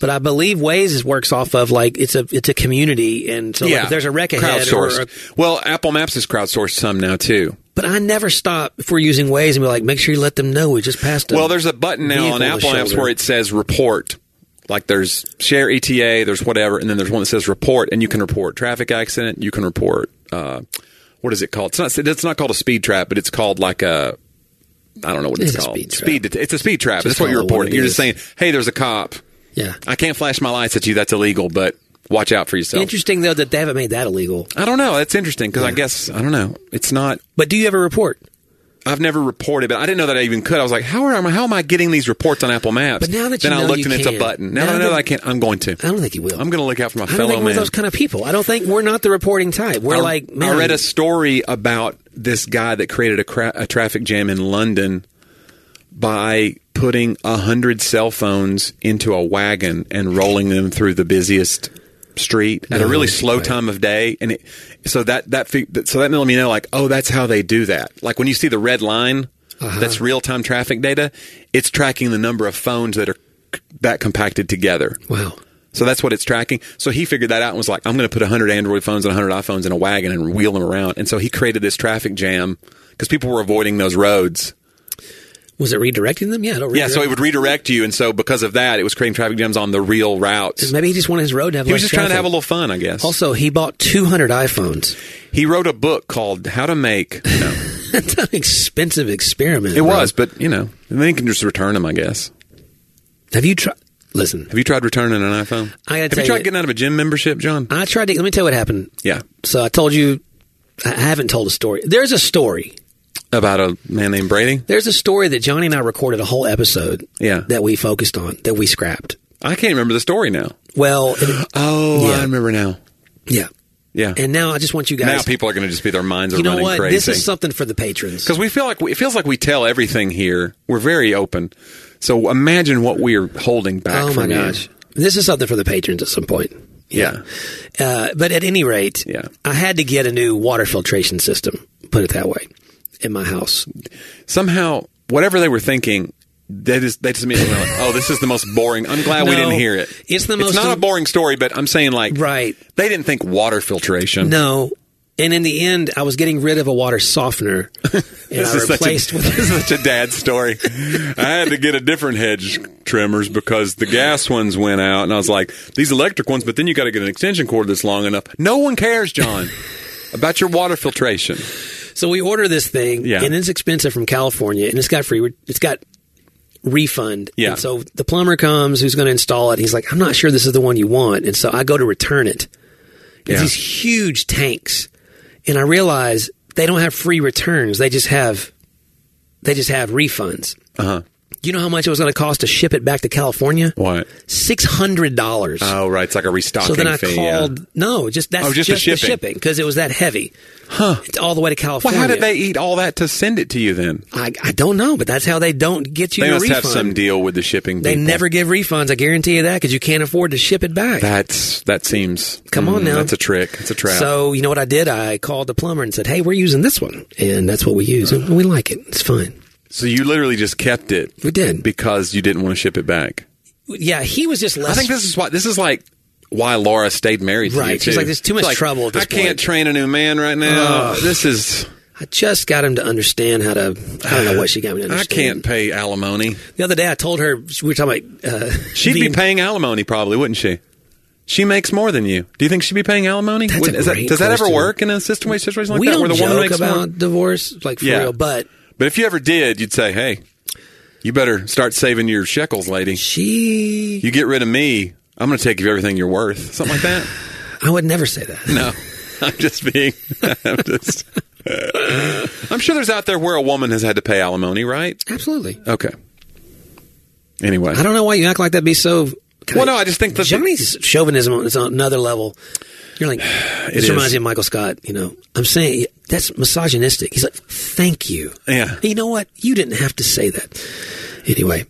Speaker 5: But I believe Waze is- works off of like it's a it's a community, and so like, if there's a wreck ahead. Or
Speaker 2: Crowdsourced.
Speaker 5: a,
Speaker 2: well, Apple Maps is crowdsourced some now too.
Speaker 5: but I never stop if we're using Waze and be like, make sure you let them know we just passed. A
Speaker 2: well, there's a button now
Speaker 5: vehicle
Speaker 2: on
Speaker 5: with
Speaker 2: Apple Maps
Speaker 5: shoulder.
Speaker 2: where it says report. Like there's share ETA, there's whatever, and then there's one that says report, and you can report traffic accident. You can report uh, what is it called? It's not it's not called a speed trap, but it's called like a I don't know what it's,
Speaker 5: It's a
Speaker 2: called.
Speaker 5: speed trap.
Speaker 2: Speed. det- It's a speed trap.
Speaker 5: Just
Speaker 2: That's what you're
Speaker 5: call it what
Speaker 2: reporting.
Speaker 5: it
Speaker 2: You're just
Speaker 5: is.
Speaker 2: saying, hey, there's a cop.
Speaker 5: yeah.
Speaker 2: I can't flash my lights at you. That's illegal, but watch out for yourself.
Speaker 5: Interesting though that they haven't made that illegal.
Speaker 2: I don't know. That's interesting because I guess I don't know. It's not.
Speaker 5: But do you ever report?
Speaker 2: I've never reported, but I didn't know that I even could. I was like, how am I, how am I getting these reports on Apple Maps?
Speaker 5: But now that
Speaker 2: then
Speaker 5: you
Speaker 2: I
Speaker 5: know
Speaker 2: looked
Speaker 5: you
Speaker 2: and it's
Speaker 5: can.
Speaker 2: a button. Now,
Speaker 5: Now
Speaker 2: that I
Speaker 5: that-
Speaker 2: know that I can't. I'm going to.
Speaker 5: I don't think you will.
Speaker 2: I'm going to look out for my
Speaker 5: I don't
Speaker 2: fellow
Speaker 5: think we're
Speaker 2: man.
Speaker 5: those kind of people. I don't think we're not the reporting type. We're
Speaker 2: I-
Speaker 5: like man,
Speaker 2: I read a story about this guy that created a, cra- a traffic jam in London by putting a hundred cell phones into a wagon and rolling them through the busiest street at a really slow time of day, and it, so that that fi- that- so that let me know like oh that's how they do that. Like when you see the red line,
Speaker 5: Uh-huh.
Speaker 2: that's real time traffic data. It's tracking the number of phones that are c- that compacted together.
Speaker 5: wow.
Speaker 2: So that's what it's tracking. So he figured that out and was like, I'm going to put 100 Android phones and 100 iPhones in a wagon and wheel them around. And so he created this traffic jam because people were avoiding those roads.
Speaker 5: Was it redirecting them? Yeah, it'll
Speaker 2: Yeah, so
Speaker 5: redirect-
Speaker 2: it would redirect you. And so because of that, it was creating traffic jams on the real routes.
Speaker 5: Maybe he just wanted his road to have.
Speaker 2: He was
Speaker 5: less
Speaker 2: just trying to
Speaker 5: traffic.
Speaker 2: have a little fun, I guess.
Speaker 5: Also, he bought 200 iPhones.
Speaker 2: he wrote a book called How to Make. No,
Speaker 5: That's an expensive experiment.
Speaker 2: it
Speaker 5: bro.
Speaker 2: was, but you know, and then you can just return them, I guess.
Speaker 5: Have you tried? Listen,
Speaker 2: Have you tried returning an iPhone?
Speaker 5: I gotta
Speaker 2: Have
Speaker 5: tell
Speaker 2: you tried
Speaker 5: you-
Speaker 2: getting out of a gym membership, John?
Speaker 5: I tried to. Let me tell you what happened.
Speaker 2: yeah.
Speaker 5: So I told you, I I haven't told a story. There's a story.
Speaker 2: About a man named Brady?
Speaker 5: There's a story that Johnny and I recorded a whole episode.
Speaker 2: Yeah.
Speaker 5: That we focused on. That we scrapped.
Speaker 2: I can't remember the story now.
Speaker 5: Well, and-
Speaker 2: Oh,
Speaker 5: Yeah.
Speaker 2: I remember now.
Speaker 5: yeah.
Speaker 2: Yeah.
Speaker 5: And now I just want you guys.
Speaker 2: Now people are going to just be their minds are
Speaker 5: you know
Speaker 2: running
Speaker 5: what? This
Speaker 2: crazy
Speaker 5: is something for the patrons.
Speaker 2: because we feel like we, it feels like we tell everything here. We're very open, so imagine what we're holding back.
Speaker 5: Oh my
Speaker 2: from you.
Speaker 5: gosh. This is something for the patrons at some point.
Speaker 2: Yeah.
Speaker 5: Uh, but at any rate,
Speaker 2: Yeah.
Speaker 5: I had to get a new water filtration system, put it that way, in my house.
Speaker 2: Somehow, whatever they were thinking. They just, they just immediately went like, oh, this is the most boring. I'm glad we
Speaker 5: No,
Speaker 2: didn't hear it.
Speaker 5: it's the most-
Speaker 2: It's not a boring story, but I'm saying like,
Speaker 5: Right.
Speaker 2: They didn't think water filtration.
Speaker 5: No. And in the end, I was getting rid of a water softener, and
Speaker 2: this
Speaker 5: I
Speaker 2: is, such a,
Speaker 5: replaced with
Speaker 2: this is such a dad story. I had to get a different hedge trimmers because the gas ones went out, and I was like, these electric ones. But then you got to get an extension cord that's long enough. No one cares, John, about your water filtration.
Speaker 5: So we order this thing,
Speaker 2: Yeah.
Speaker 5: and it's expensive from California, and it's got free. It's got refund.
Speaker 2: Yeah.
Speaker 5: And so the plumber comes, who's going to install it. And he's like, "I'm not sure this is the one you want," and so I go to return it. It's
Speaker 2: Yeah.
Speaker 5: these huge tanks, and I realize they don't have free returns. They just have, they just have refunds.
Speaker 2: Uh huh.
Speaker 5: You know how much it was going to cost to ship it back to California?
Speaker 2: What?
Speaker 5: Six hundred dollars.
Speaker 2: Oh, right. It's like a restocking
Speaker 5: So then I
Speaker 2: fee. yeah.
Speaker 5: called. No, just that's
Speaker 2: Oh, just the
Speaker 5: the
Speaker 2: shipping.
Speaker 5: shipping because it was that heavy. Huh? It's all the way to
Speaker 2: Well,
Speaker 5: California.
Speaker 2: how did they eat all that to send it to you then?
Speaker 5: I, I don't know, but that's how they don't get you
Speaker 2: They
Speaker 5: a
Speaker 2: must
Speaker 5: refund.
Speaker 2: have some deal with the shipping.
Speaker 5: they
Speaker 2: people.
Speaker 5: never give refunds. I guarantee you that because you can't afford to ship it back.
Speaker 2: That's that seems.
Speaker 5: Come on
Speaker 2: Mm,
Speaker 5: now.
Speaker 2: That's a trick. It's a trap.
Speaker 5: So you know what I did? I called the plumber and said, "Hey, we're using this one, and that's what we use, and we like it. It's fine."
Speaker 2: so you literally just kept it
Speaker 5: We did.
Speaker 2: because you didn't want to ship it back.
Speaker 5: Yeah, he was just less.
Speaker 2: I think this is why this is like why Laura stayed married to you.
Speaker 5: Right. She's
Speaker 2: too.
Speaker 5: like, "There's too much
Speaker 2: She's like,
Speaker 5: trouble at this
Speaker 2: I can't
Speaker 5: point."
Speaker 2: train a new man right now. This is
Speaker 5: I just got him to understand how to. I don't know what she got me to
Speaker 2: I
Speaker 5: understand.
Speaker 2: can't pay alimony.
Speaker 5: The other day, I told her we were talking about. Uh,
Speaker 2: She'd
Speaker 5: the-
Speaker 2: be paying alimony, probably, wouldn't she? She makes more than you. Do you think she'd be paying alimony?
Speaker 5: That's a
Speaker 2: Wouldn't- is that-
Speaker 5: great
Speaker 2: does that ever
Speaker 5: question.
Speaker 2: work in a system where situation like
Speaker 5: we
Speaker 2: that,
Speaker 5: don't
Speaker 2: where the
Speaker 5: joke
Speaker 2: woman makes
Speaker 5: about
Speaker 2: more?
Speaker 5: divorce, like for
Speaker 2: Yeah.
Speaker 5: real. But
Speaker 2: But if you ever did, you'd say, "Hey, you better start saving your shekels, lady.
Speaker 5: she,
Speaker 2: You get rid of me, I'm going to take you everything you're worth." Something like that.
Speaker 5: I would never say that.
Speaker 2: No, I'm just being. I'm just. I'm sure there's out there where a woman has had to pay alimony, right?
Speaker 5: Absolutely.
Speaker 2: Okay. Anyway,
Speaker 5: I don't know why you act like that'd be so.
Speaker 2: Well, no, I just think that-
Speaker 5: Johnny's chauvinism is on another level. You're like, this
Speaker 2: is.
Speaker 5: reminds me of Michael Scott. You know, I'm saying that's misogynistic. He's like, thank you.
Speaker 2: Yeah.
Speaker 5: You know what? You didn't have to say that. Anyway,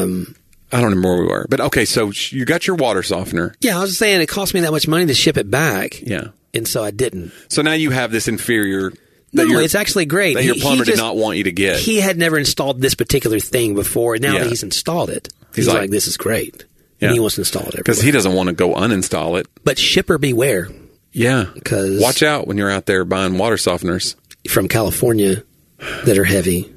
Speaker 5: um,
Speaker 2: I don't remember where we were, but okay. So sh- you got your water softener,
Speaker 5: yeah, I was just saying it cost me that much money to ship it back.
Speaker 2: yeah.
Speaker 5: and so I didn't.
Speaker 2: So now you have this inferior. That
Speaker 5: No,
Speaker 2: your-
Speaker 5: it's actually great.
Speaker 2: That
Speaker 5: He-
Speaker 2: your plumber did
Speaker 5: he just-
Speaker 2: not want you to get.
Speaker 5: He had never installed this particular thing before. Now
Speaker 2: Yeah.
Speaker 5: that he's installed it,
Speaker 2: He's
Speaker 5: he's,
Speaker 2: like-
Speaker 5: like, "This is great,"
Speaker 2: Yeah.
Speaker 5: and he wants to install it
Speaker 2: because
Speaker 5: everywhere.
Speaker 2: he doesn't want to go uninstall it.
Speaker 5: but shipper beware,
Speaker 2: Yeah.
Speaker 5: 'Cause-
Speaker 2: watch out when you're out there buying water softeners.
Speaker 5: from California that are heavy.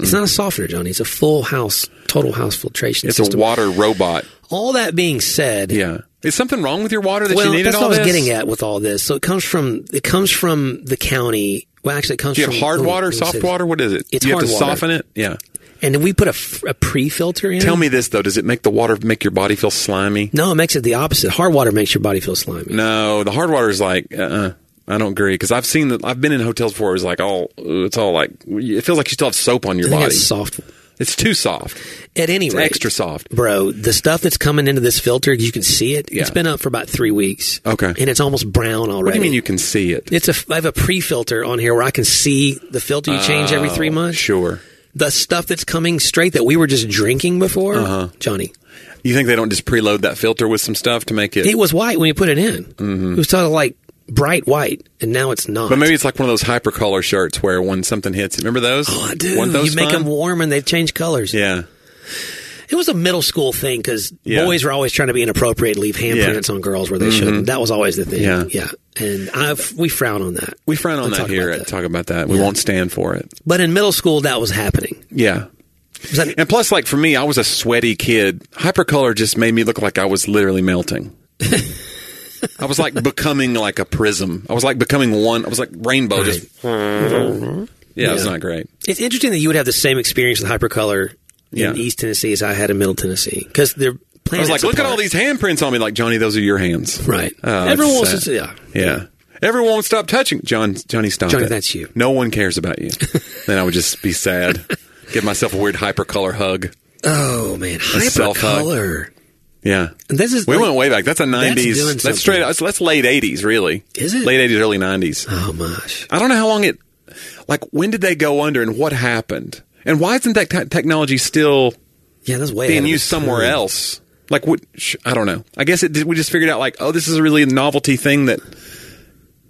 Speaker 5: It's not a softener, Johnny. It's a full house, total house filtration
Speaker 2: It's a
Speaker 5: system.
Speaker 2: water robot.
Speaker 5: all that being said,
Speaker 2: Yeah. Is something wrong with your water that
Speaker 5: well,
Speaker 2: you needed
Speaker 5: that's
Speaker 2: all
Speaker 5: what I was
Speaker 2: this?
Speaker 5: getting at with all this. So it comes from it comes from the county. Well, actually, it comes
Speaker 2: Do you
Speaker 5: from
Speaker 2: have hard
Speaker 5: oh,
Speaker 2: water,
Speaker 5: let me say
Speaker 2: soft
Speaker 5: this.
Speaker 2: water? What is it?
Speaker 5: It's
Speaker 2: you
Speaker 5: hard
Speaker 2: have to
Speaker 5: water.
Speaker 2: soften it. Yeah.
Speaker 5: And then we put a, f- a pre-filter in.
Speaker 2: Tell me this though: Does it make the water make your body feel slimy?
Speaker 5: no, it makes it the opposite. Hard water makes your body feel slimy.
Speaker 2: No, the hard water is like. Uh-uh. I don't agree because I've seen that. I've been in hotels before. It's like all. uh, It's all like. It feels like you still have soap on your
Speaker 5: I think
Speaker 2: body.
Speaker 5: that's soft.
Speaker 2: It's too soft.
Speaker 5: At any
Speaker 2: It's
Speaker 5: rate,
Speaker 2: extra soft.
Speaker 5: bro. The stuff that's coming into this filter, you can see it.
Speaker 2: Yeah.
Speaker 5: It's been up for about three weeks.
Speaker 2: Okay.
Speaker 5: and it's almost brown already.
Speaker 2: What do you mean you can see it?
Speaker 5: It's a. I have a pre-filter on here where I can see the filter you change every three
Speaker 2: Oh,
Speaker 5: months.
Speaker 2: Sure.
Speaker 5: The stuff that's coming straight that we were just drinking before,
Speaker 2: Uh-huh.
Speaker 5: Johnny.
Speaker 2: You think they don't just preload that filter with some stuff to make it?
Speaker 5: It was white when you put it in. It was sort of like bright white, and now it's not.
Speaker 2: Mm-hmm. but maybe it's like one of those hypercolor shirts where when something hits, remember those?
Speaker 5: Oh, I do.
Speaker 2: Want those
Speaker 5: you make
Speaker 2: fun?
Speaker 5: them warm and they change colors.
Speaker 2: Yeah.
Speaker 5: It was a middle school thing because
Speaker 2: Yeah. Mm-hmm.
Speaker 5: boys were always trying to be inappropriate, and leave handprints on girls where they shouldn't. That was always the thing.
Speaker 2: Yeah.
Speaker 5: And I've, we frown on that.
Speaker 2: We frown on
Speaker 5: We'll
Speaker 2: that
Speaker 5: talk
Speaker 2: here.
Speaker 5: about
Speaker 2: At,
Speaker 5: that.
Speaker 2: Talk about that. We won't stand for it.
Speaker 5: But in middle school, that was happening.
Speaker 2: Yeah.
Speaker 5: Was that-
Speaker 2: And plus, like for me, I was a sweaty kid. Hypercolor just made me look like I was literally melting. I was like becoming like a prism. I was like becoming one. I was like rainbow. Just yeah, it was
Speaker 5: Mm-hmm. Yeah.
Speaker 2: not great.
Speaker 5: it's interesting that you would have the same experience with Hypercolor
Speaker 2: Yeah.
Speaker 5: in East Tennessee as I had in Middle Tennessee because they're
Speaker 2: I
Speaker 5: planets
Speaker 2: was like, look at
Speaker 5: apart.
Speaker 2: all these handprints on me. Like Johnny, those are your hands.
Speaker 5: Right.
Speaker 2: Oh, that's
Speaker 5: Everyone wants to
Speaker 2: sad.
Speaker 5: say, yeah.
Speaker 2: Yeah. Everyone won't stop touching John. Johnny, stop.
Speaker 5: Johnny,
Speaker 2: it.
Speaker 5: that's you.
Speaker 2: No one cares about you. then I would just be sad. Give myself a weird hypercolor hug.
Speaker 5: Oh, man.
Speaker 2: self-hug.
Speaker 5: Hypercolor.
Speaker 2: Yeah.
Speaker 5: And this is
Speaker 2: We
Speaker 5: like-
Speaker 2: went way back. That's a nineties.
Speaker 5: doing
Speaker 2: That's,
Speaker 5: something.
Speaker 2: straight. That's, that's late eighties, really.
Speaker 5: Is it?
Speaker 2: late eighties, early nineties?
Speaker 5: Oh, gosh.
Speaker 2: I don't know how long it. Like, when did they go under, and what happened, and why isn't that te- technology still
Speaker 5: Yeah, that's way ahead
Speaker 2: being
Speaker 5: of
Speaker 2: used
Speaker 5: its
Speaker 2: somewhere
Speaker 5: time.
Speaker 2: else? Like, what? Sh- I don't know. I guess it. Did, we just figured out, like, oh, this is a really novelty thing that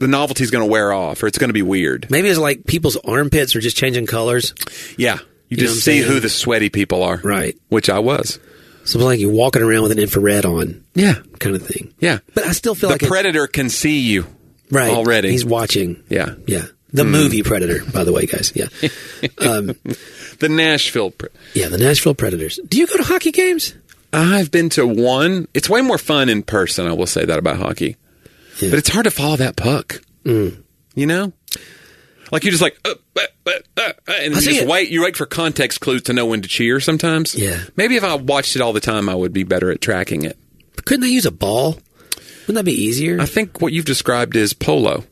Speaker 2: the novelty's going to wear off, or it's going to be weird.
Speaker 5: Maybe it's like people's armpits are just changing colors.
Speaker 2: Yeah, you,
Speaker 5: know
Speaker 2: just
Speaker 5: what I'm
Speaker 2: see
Speaker 5: saying?
Speaker 2: who the sweaty people are,
Speaker 5: Right.
Speaker 2: Which I was.
Speaker 5: So it's like you're walking around with an infrared on,
Speaker 2: Yeah,
Speaker 5: kind of thing.
Speaker 2: yeah.
Speaker 5: But I still feel
Speaker 2: the
Speaker 5: like it-
Speaker 2: predator can see you.
Speaker 5: right
Speaker 2: already. Hmm.
Speaker 5: He's watching.
Speaker 2: Yeah,
Speaker 5: yeah. The movie Predator, by the way, guys. Yeah,
Speaker 2: the Nashville. Pre-
Speaker 5: yeah. The Nashville Predators. Do you go to hockey games?
Speaker 2: I've been to one. It's way more fun in person. I will say that about hockey,
Speaker 5: Yeah. Mm.
Speaker 2: but it's hard to follow that puck. You know, like you just like, uh, uh, uh, uh, and you
Speaker 5: see
Speaker 2: just
Speaker 5: it.
Speaker 2: wait. You wait for context clues to know when to cheer. Sometimes,
Speaker 5: Yeah.
Speaker 2: Maybe if I watched it all the time, I would be better at tracking it.
Speaker 5: Couldn't they use a ball? Wouldn't that be easier?
Speaker 2: I think what you've described is polo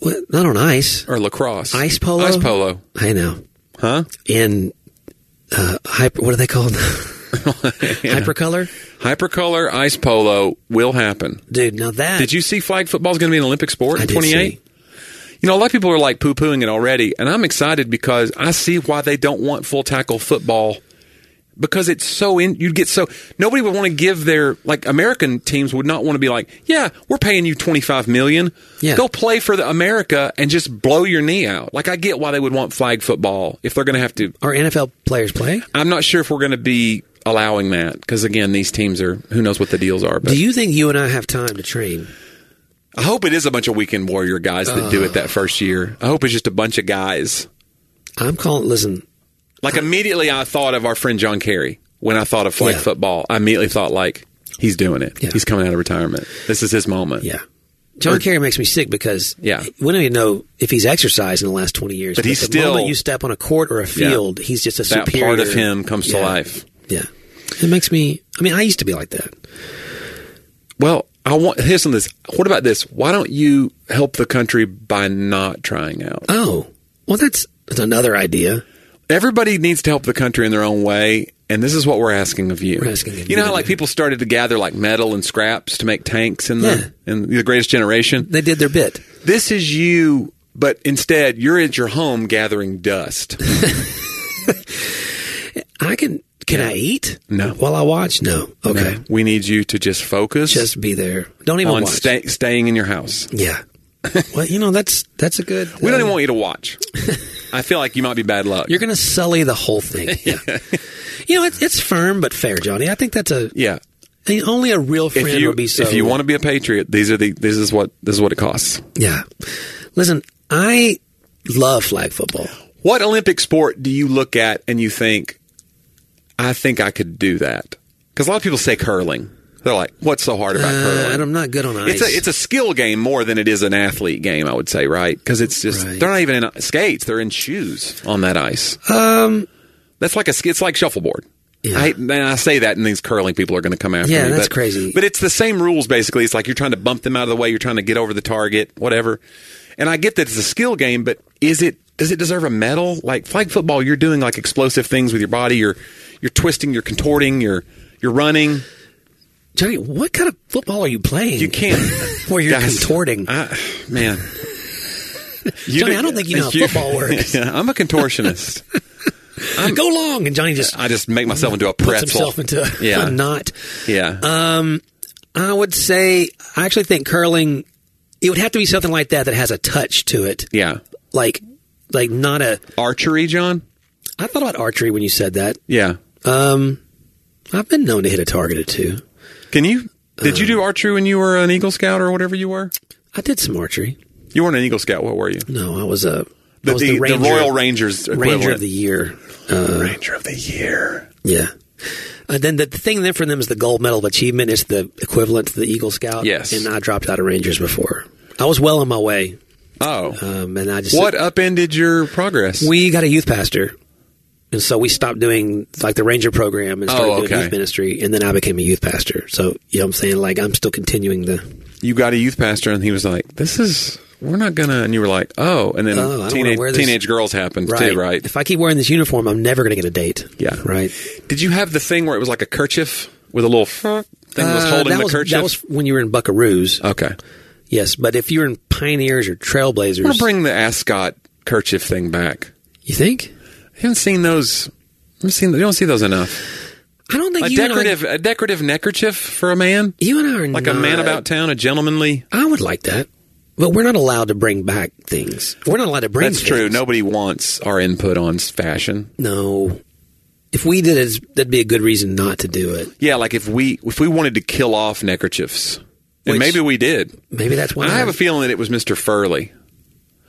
Speaker 5: Well, not on ice.
Speaker 2: or lacrosse,
Speaker 5: Ice polo?
Speaker 2: ice polo,
Speaker 5: I know.
Speaker 2: huh?
Speaker 5: And uh, hyper. What are they called? Hypercolor,
Speaker 2: Hypercolor ice polo will happen.
Speaker 5: dude. Now that
Speaker 2: Did you see flag football is going to be an Olympic sport
Speaker 5: I
Speaker 2: in
Speaker 5: did
Speaker 2: 28? You know, a lot of people are like poo pooing it already, and I'm excited because I see why they don't want full tackle football because it's so in. You'd get so nobody would want to give their like American teams would not want to be like, yeah, we're paying you 25 million.
Speaker 5: Yeah.
Speaker 2: Go play for the America and just blow your knee out. Like I get why they would want flag football if they're going to have to.
Speaker 5: are NFL players playing?
Speaker 2: I'm not sure if we're going to be allowing that because again, these teams are who knows what the deals are. But
Speaker 5: Do you think you and I have time to train?
Speaker 2: I hope it is a bunch of weekend warrior guys that do it that first year. I hope it's just a bunch of guys.
Speaker 5: I'm calling. Listen,
Speaker 2: Like immediately, I thought of our friend John Kerry when I thought of flag
Speaker 5: Yeah.
Speaker 2: football. I immediately thought like he's doing it.
Speaker 5: Yeah.
Speaker 2: He's coming out of retirement. This is his moment.
Speaker 5: yeah, John Kerry makes me sick because
Speaker 2: Yeah.
Speaker 5: we don't even know if he's exercised in the last 20 years.
Speaker 2: But he's
Speaker 5: the
Speaker 2: still-
Speaker 5: moment you step on a court or a field, he's just a
Speaker 2: that
Speaker 5: superior
Speaker 2: part of him comes to
Speaker 5: Yeah.
Speaker 2: life.
Speaker 5: Yeah, it makes me. I mean, I used to be like that.
Speaker 2: Well, I want here's some of this. What about this? Why don't you help the country by not trying out?
Speaker 5: Oh, well, that's that's another idea.
Speaker 2: everybody needs to help the country in their own way and this is what we're asking of you
Speaker 5: We're asking of
Speaker 2: you know
Speaker 5: you.
Speaker 2: how like people started to gather like metal and scraps to make tanks in the in the greatest generation
Speaker 5: They did their bit.
Speaker 2: this is you but instead you're at your home gathering dust
Speaker 5: I can. Can I eat?
Speaker 2: No.
Speaker 5: While I watch? No. Okay.
Speaker 2: we need you to just focus
Speaker 5: Just be there. Don't even
Speaker 2: on
Speaker 5: watch.
Speaker 2: sta- staying in your house
Speaker 5: Yeah. well, you know that's that's a good.
Speaker 2: we don't
Speaker 5: uh,
Speaker 2: even want you to watch i feel like you might be bad luck
Speaker 5: You're going to sully the whole thing. Yeah. you know, it's, it's firm but fair, Johnny. I think that's a.
Speaker 2: yeah
Speaker 5: I mean, only a real friend
Speaker 2: if you,
Speaker 5: would be so.
Speaker 2: if you want to be a patriot these are the this is what this is what it costs
Speaker 5: Yeah. Listen, I love flag football.
Speaker 2: What Olympic sport do you look at and you think, I think I could do that? Because a lot of people say curling. They're like, what's so hard about
Speaker 5: Uh,
Speaker 2: curling?
Speaker 5: and I'm not good on ice.
Speaker 2: It's a, it's a skill game more than it is an athlete game, I would say, right? Because it's just,
Speaker 5: Right.
Speaker 2: they're not even in skates. They're in shoes on that ice.
Speaker 5: um.
Speaker 2: That's like a, sk- it's like shuffleboard.
Speaker 5: Yeah.
Speaker 2: I, hate- man, I say that, and these curling people are going to come after
Speaker 5: Yeah,
Speaker 2: me.
Speaker 5: that's
Speaker 2: but,
Speaker 5: crazy.
Speaker 2: But it's the same rules basically. It's like you're trying to bump them out of the way. You're trying to get over the target, whatever. And I get that it's a skill game, but is it? Does it deserve a medal? Like flag football, you're doing like explosive things with your body. You're you're twisting, you're contorting, you're you're running.
Speaker 5: Johnny, what kind of football are you playing?
Speaker 2: You can't.
Speaker 5: Where you're
Speaker 2: Guys,
Speaker 5: contorting.
Speaker 2: I, man. You
Speaker 5: Johnny, I don't think you know how football works.
Speaker 2: I'm a contortionist.
Speaker 5: Go long, and Johnny just
Speaker 2: I just make myself into a
Speaker 5: puts
Speaker 2: pretzel.
Speaker 5: himself into a,
Speaker 2: yeah,
Speaker 5: a knot.
Speaker 2: yeah.
Speaker 5: Um, I would say I actually think curling. It would have to be something like that that has a touch to it.
Speaker 2: Yeah.
Speaker 5: Like, like not a.
Speaker 2: Archery, John?
Speaker 5: I thought about archery when you said that.
Speaker 2: Yeah.
Speaker 5: Um, I've been known to hit a target or two.
Speaker 2: Can you? Did you do
Speaker 5: Uh,
Speaker 2: archery when you were an Eagle Scout or whatever you were?
Speaker 5: I did some archery.
Speaker 2: You weren't an Eagle Scout. What were you?
Speaker 5: No, I was a. I was the, Ranger,
Speaker 2: Royal Rangers equivalent.
Speaker 5: Ranger of the year. Uh,
Speaker 2: Ranger of the Year.
Speaker 5: yeah. And then the thing there for them is the gold medal of achievement is the equivalent to the Eagle Scout.
Speaker 2: Yes.
Speaker 5: And I dropped out of Rangers before. I was well on my way.
Speaker 2: Oh,
Speaker 5: Um, and I just
Speaker 2: what upended your progress?
Speaker 5: We got a youth pastor, and so we stopped doing like the ranger program and started
Speaker 2: Oh,
Speaker 5: doing
Speaker 2: okay.
Speaker 5: youth ministry, and then I became a youth pastor. So you know, what I'm saying like I'm still continuing the.
Speaker 2: you got a youth pastor, and he was like, "This is we're not gonna." And you were like, "Oh," and then
Speaker 5: Oh, I don't wanna
Speaker 2: teenage
Speaker 5: wear this.
Speaker 2: teenage girls happened
Speaker 5: Right.
Speaker 2: too, right?
Speaker 5: If I keep wearing this uniform, I'm never going to get a date.
Speaker 2: Yeah.
Speaker 5: Right.
Speaker 2: Did you have the thing where it was like a kerchief with a little thing that was
Speaker 5: Uh,
Speaker 2: holding
Speaker 5: that
Speaker 2: the
Speaker 5: was,
Speaker 2: kerchief?
Speaker 5: That was when you were in Buckaroos.
Speaker 2: okay.
Speaker 5: yes, but if you're in Pioneers or Trailblazers,
Speaker 2: I'm gonna bring the ascot kerchief thing back.
Speaker 5: you think?
Speaker 2: I haven't seen those. I've seen. You don't see those enough.
Speaker 5: I don't think
Speaker 2: a
Speaker 5: you
Speaker 2: decorative a decorative neckerchief for a man,
Speaker 5: And I, you and I are
Speaker 2: like a man
Speaker 5: not-
Speaker 2: about town, a gentlemanly.
Speaker 5: I would like that, but we're not allowed to bring back things. We're not allowed to bring.
Speaker 2: That's true.
Speaker 5: things.
Speaker 2: Nobody wants our input on fashion.
Speaker 5: No. If we did it, that'd be a good reason not to do it.
Speaker 2: Yeah, like if we if we wanted to kill off neckerchiefs, and
Speaker 5: Which-
Speaker 2: maybe we did.
Speaker 5: Maybe that's why.
Speaker 2: I have a feeling that it was Mister Furley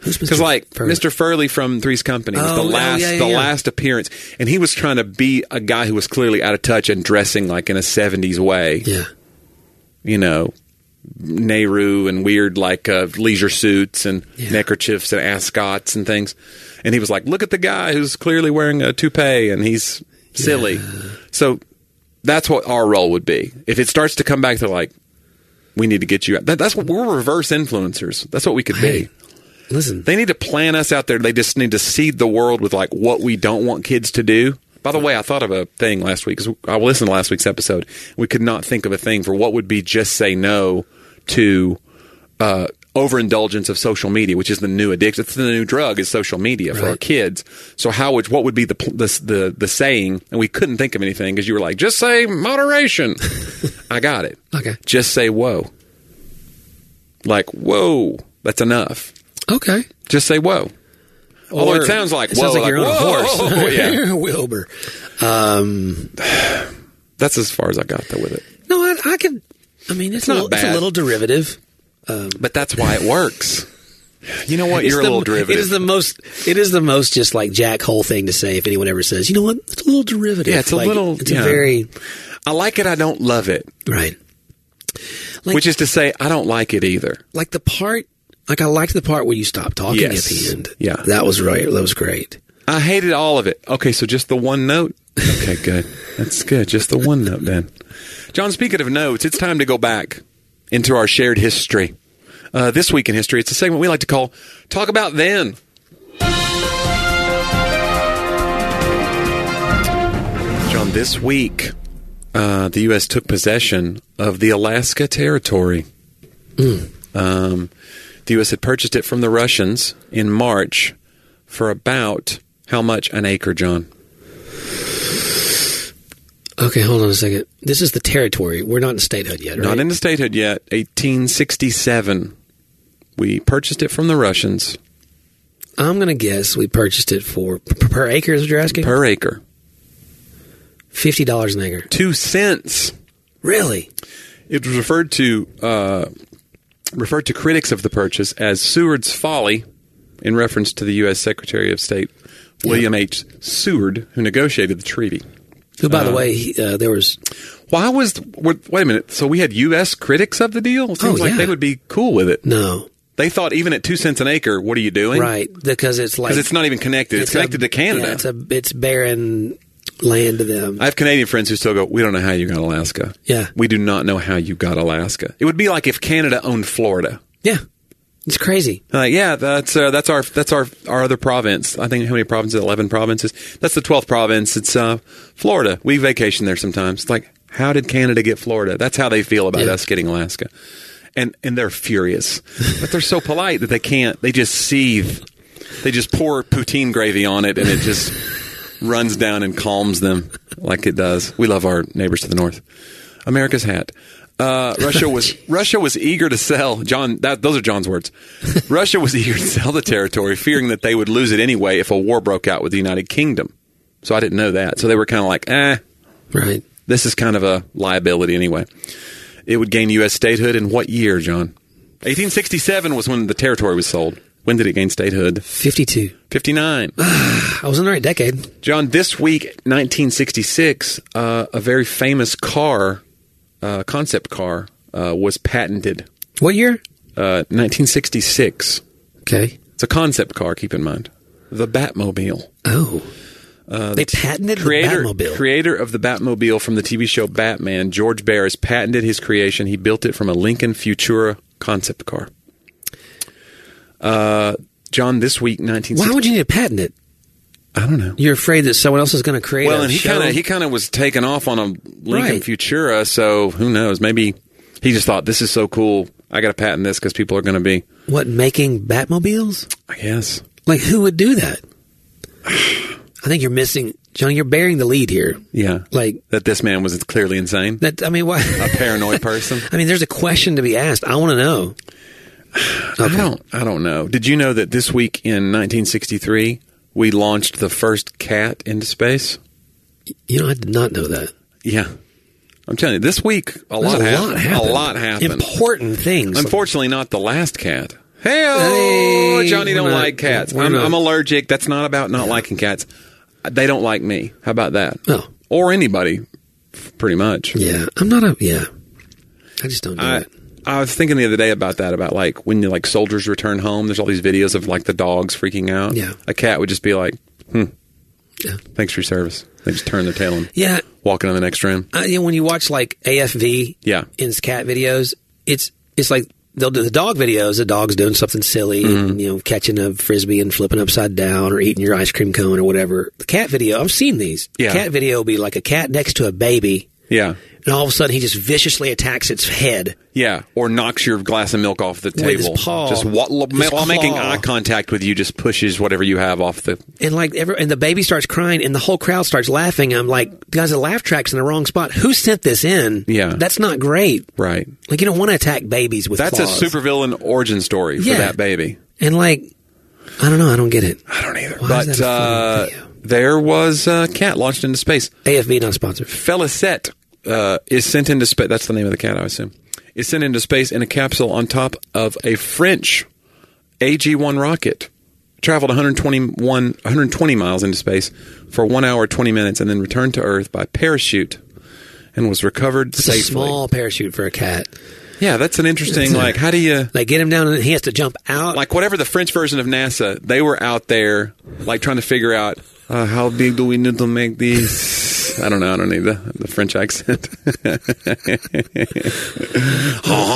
Speaker 5: Who's
Speaker 2: because, like,
Speaker 5: Furley?
Speaker 2: Mister Furley from Three's Company was
Speaker 5: Oh,
Speaker 2: the
Speaker 5: oh,
Speaker 2: last
Speaker 5: yeah, yeah,
Speaker 2: the
Speaker 5: yeah.
Speaker 2: last appearance, and he was trying to be a guy who was clearly out of touch and dressing like in a '70s way.
Speaker 5: Yeah.
Speaker 2: you know, Nehru and weird like uh, leisure suits and
Speaker 5: Yeah.
Speaker 2: neckerchiefs and ascots and things. And he was like, "Look at the guy who's clearly wearing a toupee and he's silly." So that's what our role would be. If it starts to come back to like, we need to get you out. That, that's what we're reverse influencers. That's what we could
Speaker 5: Hey,
Speaker 2: be.
Speaker 5: listen.
Speaker 2: They need to plan us out there. They just need to seed the world with like what we don't want kids to do. By the way, I thought of a thing last week 'cause I listened to last week's episode. We could not think of a thing for what would be just say no to uh, overindulgence of social media, which is the new addiction. It's the new drug is social media for our
Speaker 5: Right.
Speaker 2: kids. So how would what would be the pl- the the, the saying? And we couldn't think of anything because you were like, just say moderation. I got it.
Speaker 5: Okay.
Speaker 2: Just say whoa. Like whoa, that's enough
Speaker 5: Okay.
Speaker 2: just say whoa. Although it sounds like,
Speaker 5: sounds
Speaker 2: whoa,
Speaker 5: like, you're
Speaker 2: like,
Speaker 5: on
Speaker 2: whoa,
Speaker 5: a horse.
Speaker 2: yeah.
Speaker 5: Wilbur. Um,
Speaker 2: that's as far as I got though with it.
Speaker 5: No, I, I can. I mean, it's,
Speaker 2: not
Speaker 5: not It's a
Speaker 2: bad.
Speaker 5: little derivative.
Speaker 2: But that's why it works. You know what?
Speaker 5: It's
Speaker 2: You're a
Speaker 5: the-
Speaker 2: little derivative.
Speaker 5: It is the most. It is the most just like Jack Hole thing to say if anyone ever says, you know what, it's a little derivative.
Speaker 2: Yeah, it's a
Speaker 5: Like,
Speaker 2: little-
Speaker 5: It's
Speaker 2: yeah.
Speaker 5: a very
Speaker 2: I like it. I don't love it.
Speaker 5: right. Like,
Speaker 2: Which is to say, I don't like it either.
Speaker 5: like the part. Like I liked the part where you stopped talking
Speaker 2: Yes.
Speaker 5: at the end.
Speaker 2: Yeah.
Speaker 5: that was right. That was great.
Speaker 2: I hated all of it. Okay, so just the one note. Okay, good. That's good. Just the one note then. John, speaking of notes, it's time to go back into our shared history. Uh, this week in history, it's a segment we like to call Talk About Then. John, this week, uh, the U.S. took possession of the Alaska Territory. Um, the U.S. had purchased it from the Russians in March for about how much an acre, John?
Speaker 5: Okay, hold on a second. This is the territory. We're not in statehood yet, right?
Speaker 2: Not into statehood yet. 1867. We purchased it from the Russians
Speaker 5: I'm gonna guess we purchased it for per, per acre. Is what you're asking?
Speaker 2: per acre.
Speaker 5: Fifty dollars an acre.
Speaker 2: Two cents.
Speaker 5: Really?
Speaker 2: It was referred to uh, referred to critics of the purchase as Seward's folly, in reference to the U.S. Secretary of State William H. Seward, who negotiated the treaty.
Speaker 5: Who, by the way, he- uh, there was
Speaker 2: Why was wait a minute? So we had U.S. critics of the deal. Seems
Speaker 5: Oh,
Speaker 2: like
Speaker 5: yeah.
Speaker 2: they would be cool with it.
Speaker 5: no
Speaker 2: They thought even at two cents an acre, what are you doing?
Speaker 5: right because it's like
Speaker 2: Because it's not even connected. It's,
Speaker 5: a-
Speaker 2: connected to Canada.
Speaker 5: yeah, it's a it's barren land to them.
Speaker 2: I have Canadian friends who still go, we don't know how you got Alaska.
Speaker 5: Yeah.
Speaker 2: We do not know how you got Alaska. It would be like if Canada owned Florida.
Speaker 5: yeah, it's crazy.
Speaker 2: Uh, yeah, that's uh, that's our that's our our other province. I think how many provinces? Eleven provinces. That's the twelfth province. It's uh, Florida. We vacation there sometimes. It's Like, how did Canada get Florida? That's how they feel about
Speaker 5: Yeah.
Speaker 2: us getting Alaska, and and they're furious, but they're so polite that they can't. They just seethe. They just pour poutine gravy on it, and it just runs down and calms them like it does. We love our neighbors to the north. America's hat. Uh, Russia was Russia was eager to sell John. That, those are John's words. Russia was eager to sell the territory, fearing that they would lose it anyway if a war broke out with the United Kingdom. So I didn't know that. So they were kind of like, eh,
Speaker 5: Right.
Speaker 2: this is kind of a liability anyway. It would gain U.S. statehood in what year, John? 1867 was when the territory was sold. When did it gain statehood?
Speaker 5: 52.
Speaker 2: 59.
Speaker 5: I was in the right decade.
Speaker 2: John, this week, 1966, uh, a very famous car, uh, concept car, uh, was patented.
Speaker 5: What year?
Speaker 2: Uh, 1966.
Speaker 5: Okay.
Speaker 2: It's a concept car, keep in mind. The Batmobile.
Speaker 5: Oh. they patented
Speaker 2: Uh, Creator,
Speaker 5: the Batmobile.
Speaker 2: creator of the Batmobile from the TV show Batman, George Barris, patented his creation. He built it from a Lincoln Futura concept car. Uh, John, this week, 1966.
Speaker 5: Why would you need to patent it?
Speaker 2: I don't know.
Speaker 5: You're afraid that someone else is going to create.
Speaker 2: Well,
Speaker 5: a
Speaker 2: and he
Speaker 5: show?
Speaker 2: kind of he kind of was taken off on a Lincoln
Speaker 5: Right.
Speaker 2: Futura, so who knows? Maybe he just thought this is so cool. I got to patent this because people are going to be.
Speaker 5: what making Batmobiles?
Speaker 2: I guess
Speaker 5: Like who would do that? I think you're missing, Johnny. You're bearing the lead here.
Speaker 2: yeah,
Speaker 5: Like
Speaker 2: that this man was clearly insane,
Speaker 5: that. I mean, why?
Speaker 2: a paranoid person.
Speaker 5: I mean, there's a question to be asked. I want to know.
Speaker 2: I don't I don't know. Did you know that this week in 1963 we launched the first cat into space?
Speaker 5: You know, I did not know that.
Speaker 2: Yeah, I'm telling you, this week a lot,
Speaker 5: There's
Speaker 2: happened. A lot happened.
Speaker 5: Important things.
Speaker 2: Unfortunately, not the last cat. Hey,
Speaker 5: Hey,
Speaker 2: Johnny don't
Speaker 5: we're not-
Speaker 2: like cats.
Speaker 5: we're
Speaker 2: I'm,
Speaker 5: not-
Speaker 2: I'm allergic. That's not about not liking cats. They don't like me. How about that?
Speaker 5: Oh.
Speaker 2: Or anybody, f- pretty much.
Speaker 5: yeah, I'm not a. Yeah, I just don't do
Speaker 2: I,
Speaker 5: it.
Speaker 2: I was thinking the other day about that, about like when like soldiers return home, there's all these videos of like the dogs freaking out.
Speaker 5: Yeah.
Speaker 2: A cat would just be like, hmm,
Speaker 5: Yeah.
Speaker 2: thanks for your service. They just turn their tail and
Speaker 5: Yeah,
Speaker 2: walking on the next room.
Speaker 5: I, you know, when you watch like AFV,
Speaker 2: Yeah.
Speaker 5: in cat videos, it's it's like they'll do the dog videos. The dog's doing something silly,
Speaker 2: Mm-hmm.
Speaker 5: and, you know, catching a frisbee and flipping upside down, or eating your ice cream cone, or whatever. The cat video, I've seen these.
Speaker 2: Yeah.
Speaker 5: cat video will be like a cat next to a baby,
Speaker 2: Yeah.
Speaker 5: and all of a sudden he just viciously attacks its head.
Speaker 2: Yeah, or knocks your glass of milk off the table.
Speaker 5: his paw.
Speaker 2: Just wa- lo-
Speaker 5: His
Speaker 2: while making
Speaker 5: claw.
Speaker 2: eye contact with you, just pushes whatever you have off the.
Speaker 5: And like every, and the baby starts crying, and the whole crowd starts laughing. I'm like, guys, the laugh track's in the wrong spot. Who sent this in?
Speaker 2: Yeah.
Speaker 5: that's not great.
Speaker 2: Right.
Speaker 5: Like you don't want to attack babies with
Speaker 2: That's
Speaker 5: claws.
Speaker 2: a supervillain origin story for
Speaker 5: Yeah.
Speaker 2: that baby.
Speaker 5: and like I don't know, I don't get it.
Speaker 2: I don't either.
Speaker 5: Why
Speaker 2: but
Speaker 5: is that a funny
Speaker 2: uh,
Speaker 5: video?
Speaker 2: there was a cat launched into space.
Speaker 5: AFB not sponsored.
Speaker 2: Felicet uh, is sent into space. That's the name of the cat, I assume. Is sent into space in a capsule on top of a French AG-1 rocket. Traveled 121, 120 miles into space for one hour 20 minutes, and then returned to Earth by parachute, and was recovered
Speaker 5: It's
Speaker 2: safely.
Speaker 5: a small parachute for a cat.
Speaker 2: yeah, that's an interesting. like, how do you?
Speaker 5: They get him down and he has to jump out.
Speaker 2: like whatever the French version of NASA, they were out there like trying to figure out uh, how big do we need to make these. I don't know. I don't need the, the French accent.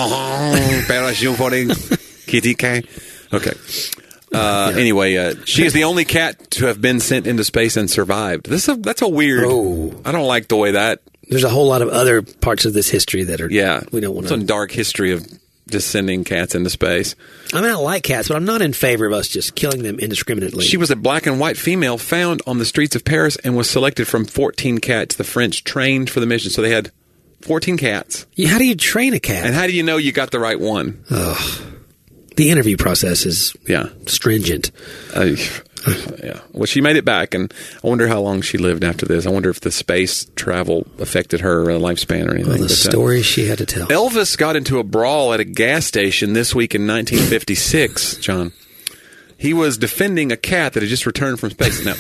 Speaker 2: Parachute for the kitty cat. Okay. Uh, anyway, uh, she is the only cat to have been sent into space and survived. This is a, that's a weird.
Speaker 5: Oh.
Speaker 2: I don't like the way that.
Speaker 5: There's a whole lot of other parts of this history that are
Speaker 2: Yeah,
Speaker 5: we don't want
Speaker 2: some
Speaker 5: to.
Speaker 2: dark history of just sending cats into space.
Speaker 5: I mean, I like cats, but I'm not in favor of us just killing them indiscriminately.
Speaker 2: She was a black and white female found on the streets of Paris and was selected from 14 cats the French trained for the mission. So they had 14 cats.
Speaker 5: Yeah, How do you train a cat?
Speaker 2: And how do you know you got the right one?
Speaker 5: the interview process is
Speaker 2: Yeah.
Speaker 5: stringent.
Speaker 2: I- yeah. Well, she made it back, and I wonder how long she lived after this. I wonder if the space travel affected her uh, lifespan or anything.
Speaker 5: All the
Speaker 2: But, uh,
Speaker 5: stories she had to tell.
Speaker 2: Elvis got into a brawl at a gas station this week in 1956, John. He was defending a cat that had just returned from space. Now,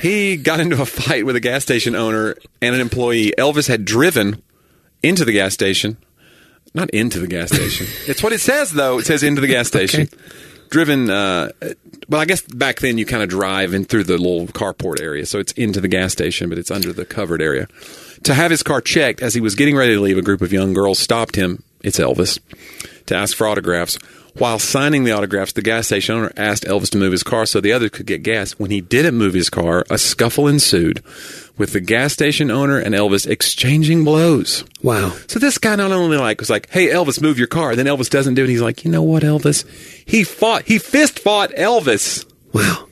Speaker 2: he got into a fight with a gas station owner and an employee. Elvis had driven into the gas station. Not into the gas station. it's what it says, though. It says into the gas station. Driven, uh, well, I guess back then you kind of drive in through the little carport area. So it's into the gas station, but it's under the covered area. To have his car checked, as he was getting ready to leave, a group of young girls stopped him. It's Elvis. To ask for autographs. While signing the autographs, the gas station owner asked Elvis to move his car so the others could get gas. When he didn't move his car, a scuffle ensued with the gas station owner and Elvis exchanging blows.
Speaker 5: Wow.
Speaker 2: So this guy not only like was like, "Hey Elvis, move your car," then Elvis doesn't do it. He's like, "You know what, Elvis? He fought. He fist fought Elvis."
Speaker 5: Wow.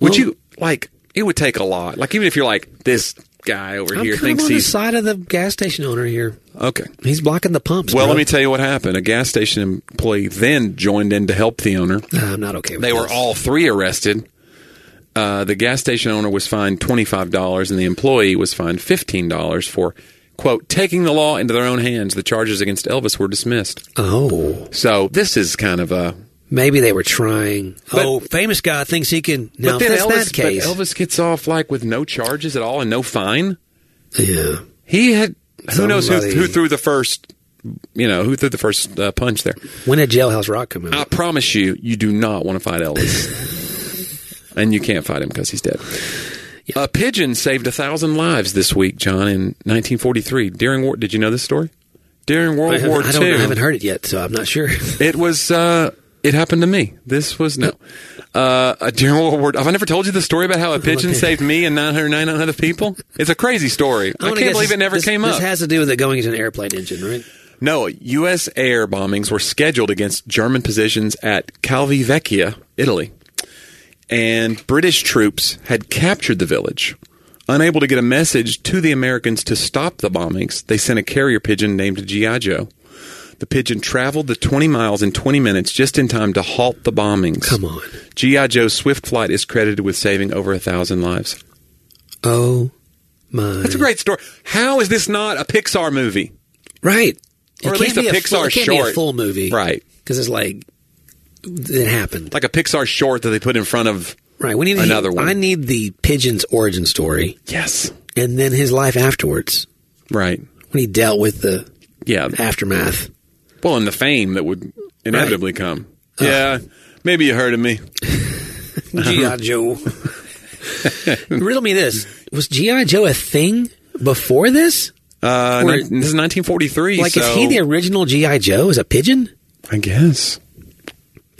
Speaker 2: Would
Speaker 5: Well-
Speaker 2: you like? It would take a lot. Like even if you're like this guy over
Speaker 5: I'm
Speaker 2: here
Speaker 5: kind of
Speaker 2: thinks
Speaker 5: on the
Speaker 2: he's
Speaker 5: side of the gas station owner here.
Speaker 2: okay.
Speaker 5: He's blocking the pumps.
Speaker 2: Well,
Speaker 5: bro.
Speaker 2: let me tell you what happened. A gas station employee then joined in to help the owner.
Speaker 5: Nah, I'm not okay with
Speaker 2: They were
Speaker 5: this.
Speaker 2: all three arrested. Uh, the gas station owner was fined twenty five dollars, and the employee was fined fifteen dollars for quote taking the law into their own hands. The charges against Elvis were dismissed.
Speaker 5: Oh.
Speaker 2: So this is kind of a
Speaker 5: Maybe they were trying.
Speaker 2: But-
Speaker 5: oh, famous guy thinks he can. Now,
Speaker 2: but then
Speaker 5: if that's
Speaker 2: Elvis,
Speaker 5: that case.
Speaker 2: but Elvis gets off like with no charges at all and no fine.
Speaker 5: yeah.
Speaker 2: He had who knows who,
Speaker 5: Somebody-
Speaker 2: who threw the first, you know, who threw the first uh, punch there.
Speaker 5: When did Jailhouse Rock come out?
Speaker 2: I promise you, you do not want to fight Elvis, and you can't fight him because he's dead. A pigeon saved a thousand lives this week, John, in 1943 during war. Did you know this story? During
Speaker 5: I,
Speaker 2: World
Speaker 5: haven't-
Speaker 2: War
Speaker 5: I don't
Speaker 2: II,
Speaker 5: know. I haven't heard it yet, so I'm not sure.
Speaker 2: It was. Uh, it happened to me. This was no. Uh, a general award. Have I never told you the story about how a pigeon
Speaker 5: did.
Speaker 2: saved me and 999 other people? It's a crazy story. I,
Speaker 5: wanna
Speaker 2: can't
Speaker 5: guess
Speaker 2: believe it never
Speaker 5: this,
Speaker 2: came
Speaker 5: this
Speaker 2: up.
Speaker 5: This has to do with it going into an airplane engine, right?
Speaker 2: no, U.S. air bombings were scheduled against German positions at Calvi Vecchia, Italy, and British troops had captured the village. Unable to get a message to the Americans to stop the bombings, they sent a carrier pigeon named G.I. Joe. The pigeon traveled the 20 miles in 20 minutes just in time to halt the bombings.
Speaker 5: Come on.
Speaker 2: G.I. Joe's swift flight is credited with saving over a thousand lives.
Speaker 5: Oh my!
Speaker 2: That's a great story. How is this not a Pixar movie?
Speaker 5: right.
Speaker 2: Or at
Speaker 5: it can't
Speaker 2: least a
Speaker 5: be
Speaker 2: Pixar
Speaker 5: full, it can't Be
Speaker 2: short.
Speaker 5: a full movie,
Speaker 2: Right.
Speaker 5: Because it's like it happened,
Speaker 2: Like a Pixar short that they put in front of.
Speaker 5: right? We need to-
Speaker 2: Another one.
Speaker 5: I need the pigeon's origin story,
Speaker 2: Yes.
Speaker 5: and then his life afterwards
Speaker 2: Right.
Speaker 5: when he dealt with the
Speaker 2: Yeah.
Speaker 5: aftermath.
Speaker 2: Well, and the fame that would inevitably come. Yeah. Maybe you heard of me.
Speaker 5: GI Joe. Riddle me this: Was GI Joe a thing before this?
Speaker 2: Uh,
Speaker 5: Or-
Speaker 2: nin- this is 1943.
Speaker 5: Like,
Speaker 2: so-
Speaker 5: is he the original GI Joe? Is a pigeon?
Speaker 2: I guess.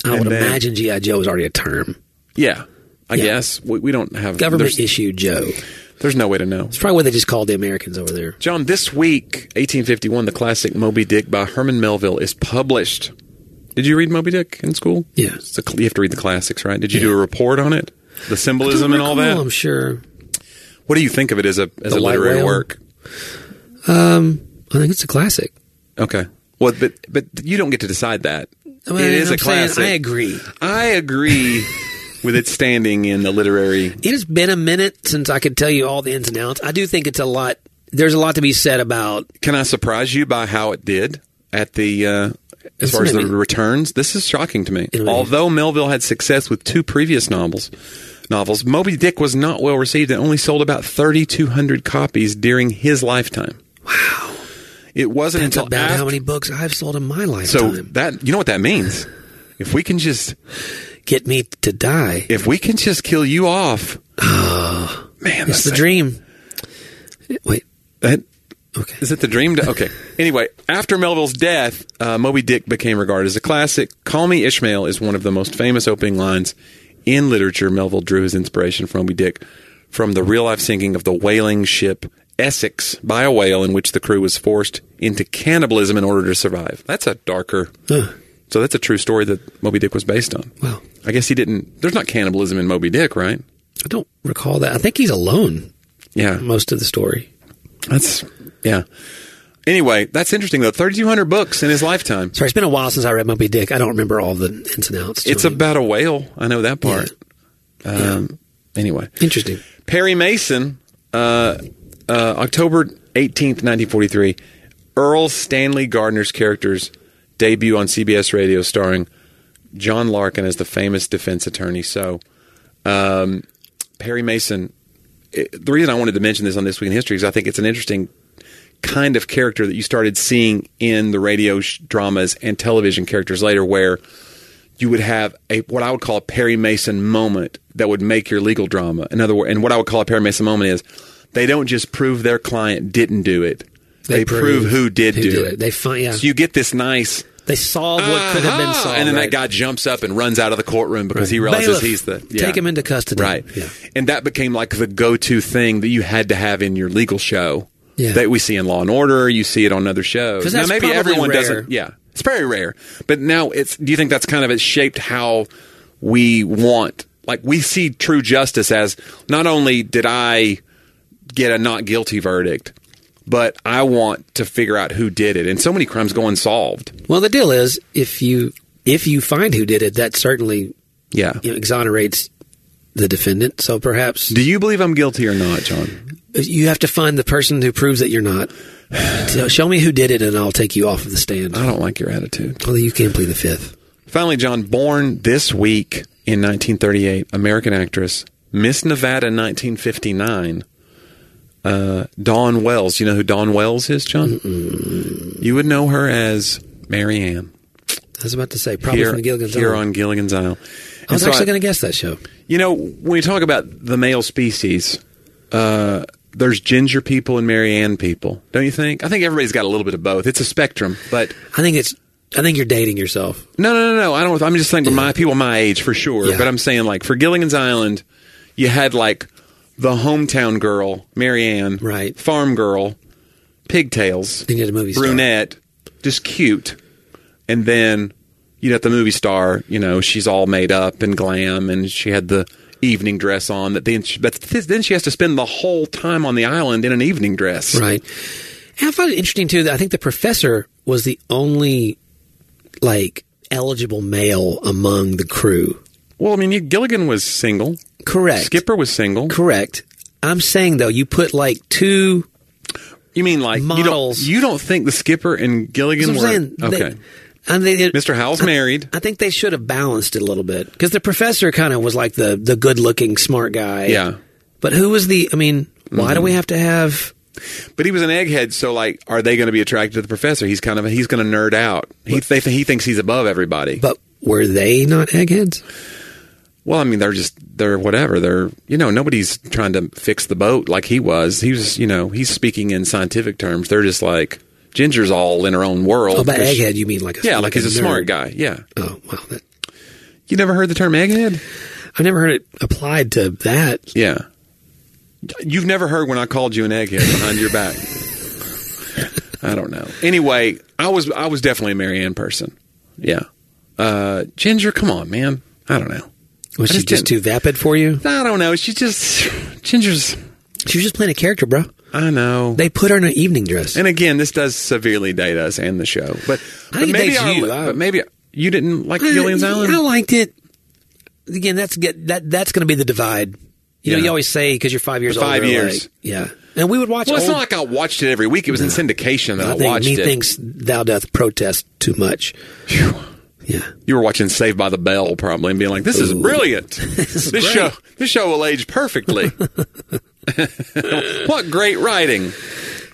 Speaker 5: I would
Speaker 2: And then-
Speaker 5: imagine GI Joe is already a term.
Speaker 2: Yeah. I
Speaker 5: Yeah.
Speaker 2: guess we, we don't have
Speaker 5: Government
Speaker 2: There's,
Speaker 5: issue Joe.
Speaker 2: there's no way to know.
Speaker 5: It's probably what they just called the Americans over there.
Speaker 2: John, this week, 1851, the classic Moby Dick by Herman Melville is published. Did you read Moby Dick in school?
Speaker 5: Yeah.
Speaker 2: It's a cl- you have to read the classics, right? Did you do a report on it? The symbolism
Speaker 5: Don't
Speaker 2: and all
Speaker 5: recall,
Speaker 2: that?
Speaker 5: I'm sure.
Speaker 2: What do you think of it as a as
Speaker 5: The
Speaker 2: a
Speaker 5: White
Speaker 2: literary
Speaker 5: Whale?
Speaker 2: work?
Speaker 5: Um, I think it's a classic.
Speaker 2: Okay. Well, but but you don't get to decide that.
Speaker 5: I mean,
Speaker 2: it is
Speaker 5: I'm
Speaker 2: a
Speaker 5: saying
Speaker 2: classic.
Speaker 5: I agree.
Speaker 2: I agree with its standing in the literary.
Speaker 5: It has been a minute since I could tell you all the ins and outs. I do think it's a lot. there's a lot to be said about
Speaker 2: Can I surprise you by how it did at the uh, as
Speaker 5: It's
Speaker 2: far as the
Speaker 5: maybe-
Speaker 2: returns? This is shocking to me.
Speaker 5: It'll be-
Speaker 2: Although Melville had success with two previous novels, novels Moby Dick was not well received and only sold about 3,200 copies during his lifetime. Wow! It wasn't
Speaker 5: that's
Speaker 2: until
Speaker 5: about
Speaker 2: after,
Speaker 5: how many books I've sold in my
Speaker 2: so
Speaker 5: lifetime.
Speaker 2: that you know what that means. If we can just
Speaker 5: Get me to die.
Speaker 2: if we can just kill you off, man,
Speaker 5: It's
Speaker 2: that's
Speaker 5: the dream. Wait,
Speaker 2: That,
Speaker 5: okay.
Speaker 2: Is it the dream? To, okay. Anyway, after Melville's death, uh, Moby Dick became regarded as a classic. Call Me Ishmael is one of the most famous opening lines in literature. Melville drew his inspiration from Moby Dick from the real life sinking of the whaling ship Essex by a whale in which the crew was forced into cannibalism in order to survive. That's a darker. So that's a true story that Moby Dick was based on.
Speaker 5: Wow.
Speaker 2: I guess he didn't. There's not cannibalism in Moby Dick, right?
Speaker 5: I don't recall that. I think he's alone
Speaker 2: Yeah.
Speaker 5: most of the story.
Speaker 2: That's yeah. Anyway, that's interesting though. Thirty two hundred books in his lifetime.
Speaker 5: Sorry, it's been a while since I read Moby Dick. I don't remember all the ins and outs. to
Speaker 2: It's
Speaker 5: it.
Speaker 2: about a whale. I know that part. Um, Anyway,
Speaker 5: interesting.
Speaker 2: Perry Mason, uh, uh, October eighteenth, nineteen forty three. Earl Stanley Gardner's character's debut on CBS Radio, starring John Larkin as the famous defense attorney. So, um, Perry Mason. It, the reason I wanted to mention this on this week in history is I think it's an interesting kind of character that you started seeing in the radio sh- dramas and television characters later, where you would have a what I would call a Perry Mason moment that would make your legal drama. In other words, and what I would call a Perry Mason moment is they don't just prove their client didn't do it; they, prove, who did do
Speaker 5: did
Speaker 2: it.
Speaker 5: They find yeah.
Speaker 2: so you get this nice.
Speaker 5: they solve what could have been
Speaker 2: "Aha!"
Speaker 5: solved.
Speaker 2: Uh-huh. and then
Speaker 5: right?
Speaker 2: that guy jumps up and runs out of the courtroom because he realizes
Speaker 5: Bailiff,
Speaker 2: he's the
Speaker 5: take him into custody.
Speaker 2: right?
Speaker 5: Yeah.
Speaker 2: And that became like the go-to thing that you had to have in your legal show.
Speaker 5: Yeah.
Speaker 2: That we see in Law and Order, you see it on other shows.
Speaker 5: 'Cause
Speaker 2: Now,
Speaker 5: that's
Speaker 2: maybe
Speaker 5: probably
Speaker 2: everyone
Speaker 5: rare.
Speaker 2: doesn't. Yeah, it's very rare. But now it's. Do you think that's kind of it's shaped how we want? Like we see true justice as not only did I get a not guilty verdict, but I want to figure out who did it. And so many crimes go unsolved.
Speaker 5: Well, the deal is if you if you find who did it, that certainly
Speaker 2: Yeah.
Speaker 5: you know, exonerates the defendant. So perhaps
Speaker 2: Do you believe I'm guilty or not, John?
Speaker 5: you have to find the person who proves that you're not. So show me who did it, and I'll take you off of the stand.
Speaker 2: I don't like your attitude.
Speaker 5: Although you can plead the fifth.
Speaker 2: Finally, John, born this week in 1938, American actress, Miss Nevada 1959, uh, Dawn Wells. You know who Dawn Wells is, John? You would know her as Mary Ann
Speaker 5: I was about to say probably
Speaker 2: here,
Speaker 5: from Gilligan's
Speaker 2: here
Speaker 5: Island.
Speaker 2: on Gilligan's Isle.
Speaker 5: I was actually going to guess that show.
Speaker 2: You know, when we talk about the male species, uh, there's ginger people and Mary Ann people, don't you think? I think everybody's got a little bit of both. It's a spectrum, but
Speaker 5: I think it's. I think you're dating yourself.
Speaker 2: No, no, no, no. I don't. I'm just thinking my people my age for sure.
Speaker 5: Yeah.
Speaker 2: But I'm saying like for Gilligan's Island, you had like the hometown girl, Mary Ann,
Speaker 5: Right.
Speaker 2: Farm girl, pigtails,
Speaker 5: Then you had a movie star.
Speaker 2: brunette, just cute, and then you got the movie star. You know, she's all made up and glam, and she had the evening dress on. That then, she, but then she has to spend the whole time on the island in an evening dress.
Speaker 5: Right. And I found it interesting too that I think the professor was the only like eligible male among the crew.
Speaker 2: Well, I mean, you, Gilligan was single.
Speaker 5: Correct.
Speaker 2: Skipper was single.
Speaker 5: Correct. I'm saying though, you put like two.
Speaker 2: You mean like
Speaker 5: Models.
Speaker 2: You don't, you don't think the skipper and Gilligan
Speaker 5: I'm
Speaker 2: were
Speaker 5: saying
Speaker 2: okay?
Speaker 5: They, and they, did-
Speaker 2: Mr. Howell's married.
Speaker 5: I think they should have balanced it a little bit because the professor kind of was like the the good looking smart guy.
Speaker 2: Yeah. Mm-hmm.
Speaker 5: But who was the? I mean, why do we have to have?
Speaker 2: But he was an egghead, so like, are they going to be attracted to the professor? He's kind of he's going to nerd out. He they, think- he thinks he's above everybody.
Speaker 5: But were they not eggheads?
Speaker 2: well, I mean, they're just they're whatever. They're you know nobody's trying to fix the boat like he was. He was you know he's speaking in scientific terms. They're just like Ginger's all in her own world.
Speaker 5: Oh, by
Speaker 2: 'cause she-
Speaker 5: egghead you mean like a
Speaker 2: yeah, like, he's a
Speaker 5: nerd.
Speaker 2: smart guy. Yeah,
Speaker 5: Oh wow, that,
Speaker 2: you never heard the term egghead?
Speaker 5: I've never heard it applied to that.
Speaker 2: Yeah. You've never heard when I called you an egghead behind your back. I don't know. Anyway, I was I was definitely a Mary Ann person. Yeah. Uh, Ginger, come on, man. I don't know.
Speaker 5: Was
Speaker 2: I
Speaker 5: she
Speaker 2: just
Speaker 5: just too
Speaker 2: didn't-
Speaker 5: vapid for you?
Speaker 2: I don't know. She just Ginger's.
Speaker 5: She was just playing a character, bro.
Speaker 2: I know.
Speaker 5: They put her in an evening dress.
Speaker 2: and again, this does severely date us and the show. But, but
Speaker 5: think it
Speaker 2: maybe
Speaker 5: dates
Speaker 2: our-
Speaker 5: you. I-
Speaker 2: but maybe you didn't like
Speaker 5: I-
Speaker 2: Gillian's Island.
Speaker 5: I liked it. Again, that's get that that's going to be the divide. You know,
Speaker 2: Yeah.
Speaker 5: you always say because you're five years
Speaker 2: The five
Speaker 5: older,
Speaker 2: years.
Speaker 5: like- yeah, And we would watch
Speaker 2: Well, it's
Speaker 5: old
Speaker 2: not like I watched it every week. It was in syndication that I,
Speaker 5: I think
Speaker 2: watched it.
Speaker 5: methinks thou doth protest too much. Yeah.
Speaker 2: You were watching Saved by the Bell probably and being like, "This is brilliant. this
Speaker 5: great."
Speaker 2: show, this show will age perfectly." what great writing!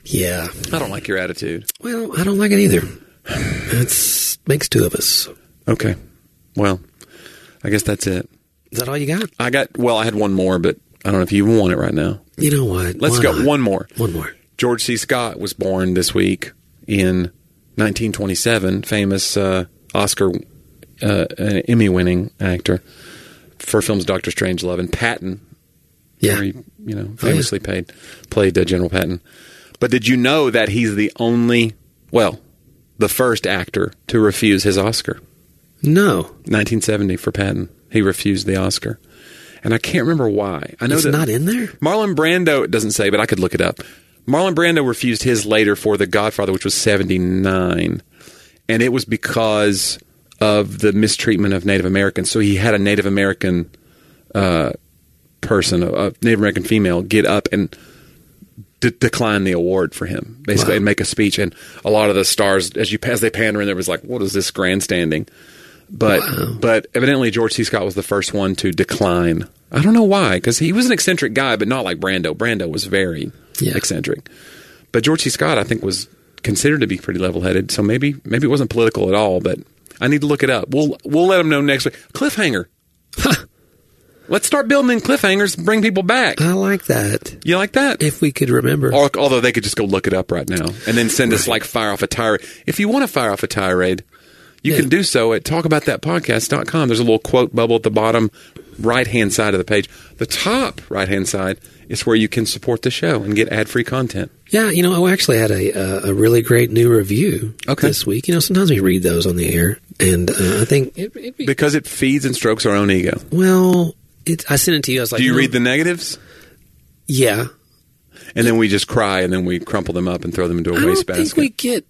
Speaker 5: Yeah.
Speaker 2: I don't like your attitude.
Speaker 5: Well, I don't like it either. That's makes two of us.
Speaker 2: Okay, well, I guess that's it.
Speaker 5: Is that all you got?
Speaker 2: I got well. I had one more, but I don't know if you want it right now.
Speaker 5: You know what?
Speaker 2: Let's
Speaker 5: Why
Speaker 2: go
Speaker 5: not?
Speaker 2: one more.
Speaker 5: One more.
Speaker 2: George C. Scott was born this week in 1927, famous uh, Oscar uh, uh, Emmy winning actor for films Doctor Strangelove and Patton,
Speaker 5: Yeah. Oh,
Speaker 2: where he, you know, famously paid, played uh, General Patton. But did you know that he's the only, well, the first actor to refuse his Oscar?
Speaker 5: No.
Speaker 2: 1970 for Patton. He refused the Oscar. And I can't remember why. I know
Speaker 5: It's
Speaker 2: that
Speaker 5: not in there?
Speaker 2: Marlon Brando it doesn't say, but I could look it up. Marlon Brando refused his later for The Godfather, which was 79. And it was because of the mistreatment of Native Americans. So he had a Native American uh, person, a- a Native American female, get up and de- decline the award for him, basically, and make a speech. And a lot of the stars, as you as they pander in, there was like, "What is this grandstanding?" But but evidently George C. Scott was the first one to decline. I don't know why, because he was an eccentric guy, but not like Brando. Brando was very
Speaker 5: Yeah.
Speaker 2: eccentric, but George C. Scott, I think, was considered to be pretty level headed. So maybe maybe it wasn't political at all. But I need to look it up. We'll we'll let him know next week. Cliffhanger. Let's start building in cliffhangers. Bring people back.
Speaker 5: I like that.
Speaker 2: You like that?
Speaker 5: If we could remember.
Speaker 2: Al- Although they could just go look it up right now and then send us like fire off a tirade. If you want to fire off a tirade, you can do so at talkaboutthatpodcast.com. There's a little quote bubble at the bottom right hand side of the page. The top right hand side is where you can support the show and get ad free content.
Speaker 5: Yeah, you know, I actually had a uh, a really great new review
Speaker 2: Okay.
Speaker 5: this week. You know, sometimes we read those on the air, and uh, I think it, it'd be
Speaker 2: Because it feeds and strokes our own ego.
Speaker 5: well. It, I sent it to you. I was like,
Speaker 2: Do you
Speaker 5: know,
Speaker 2: read the negatives?
Speaker 5: Yeah,
Speaker 2: And then we just cry and then we crumple them up and throw them into
Speaker 5: I
Speaker 2: a
Speaker 5: don't think
Speaker 2: wastebasket.
Speaker 5: we get.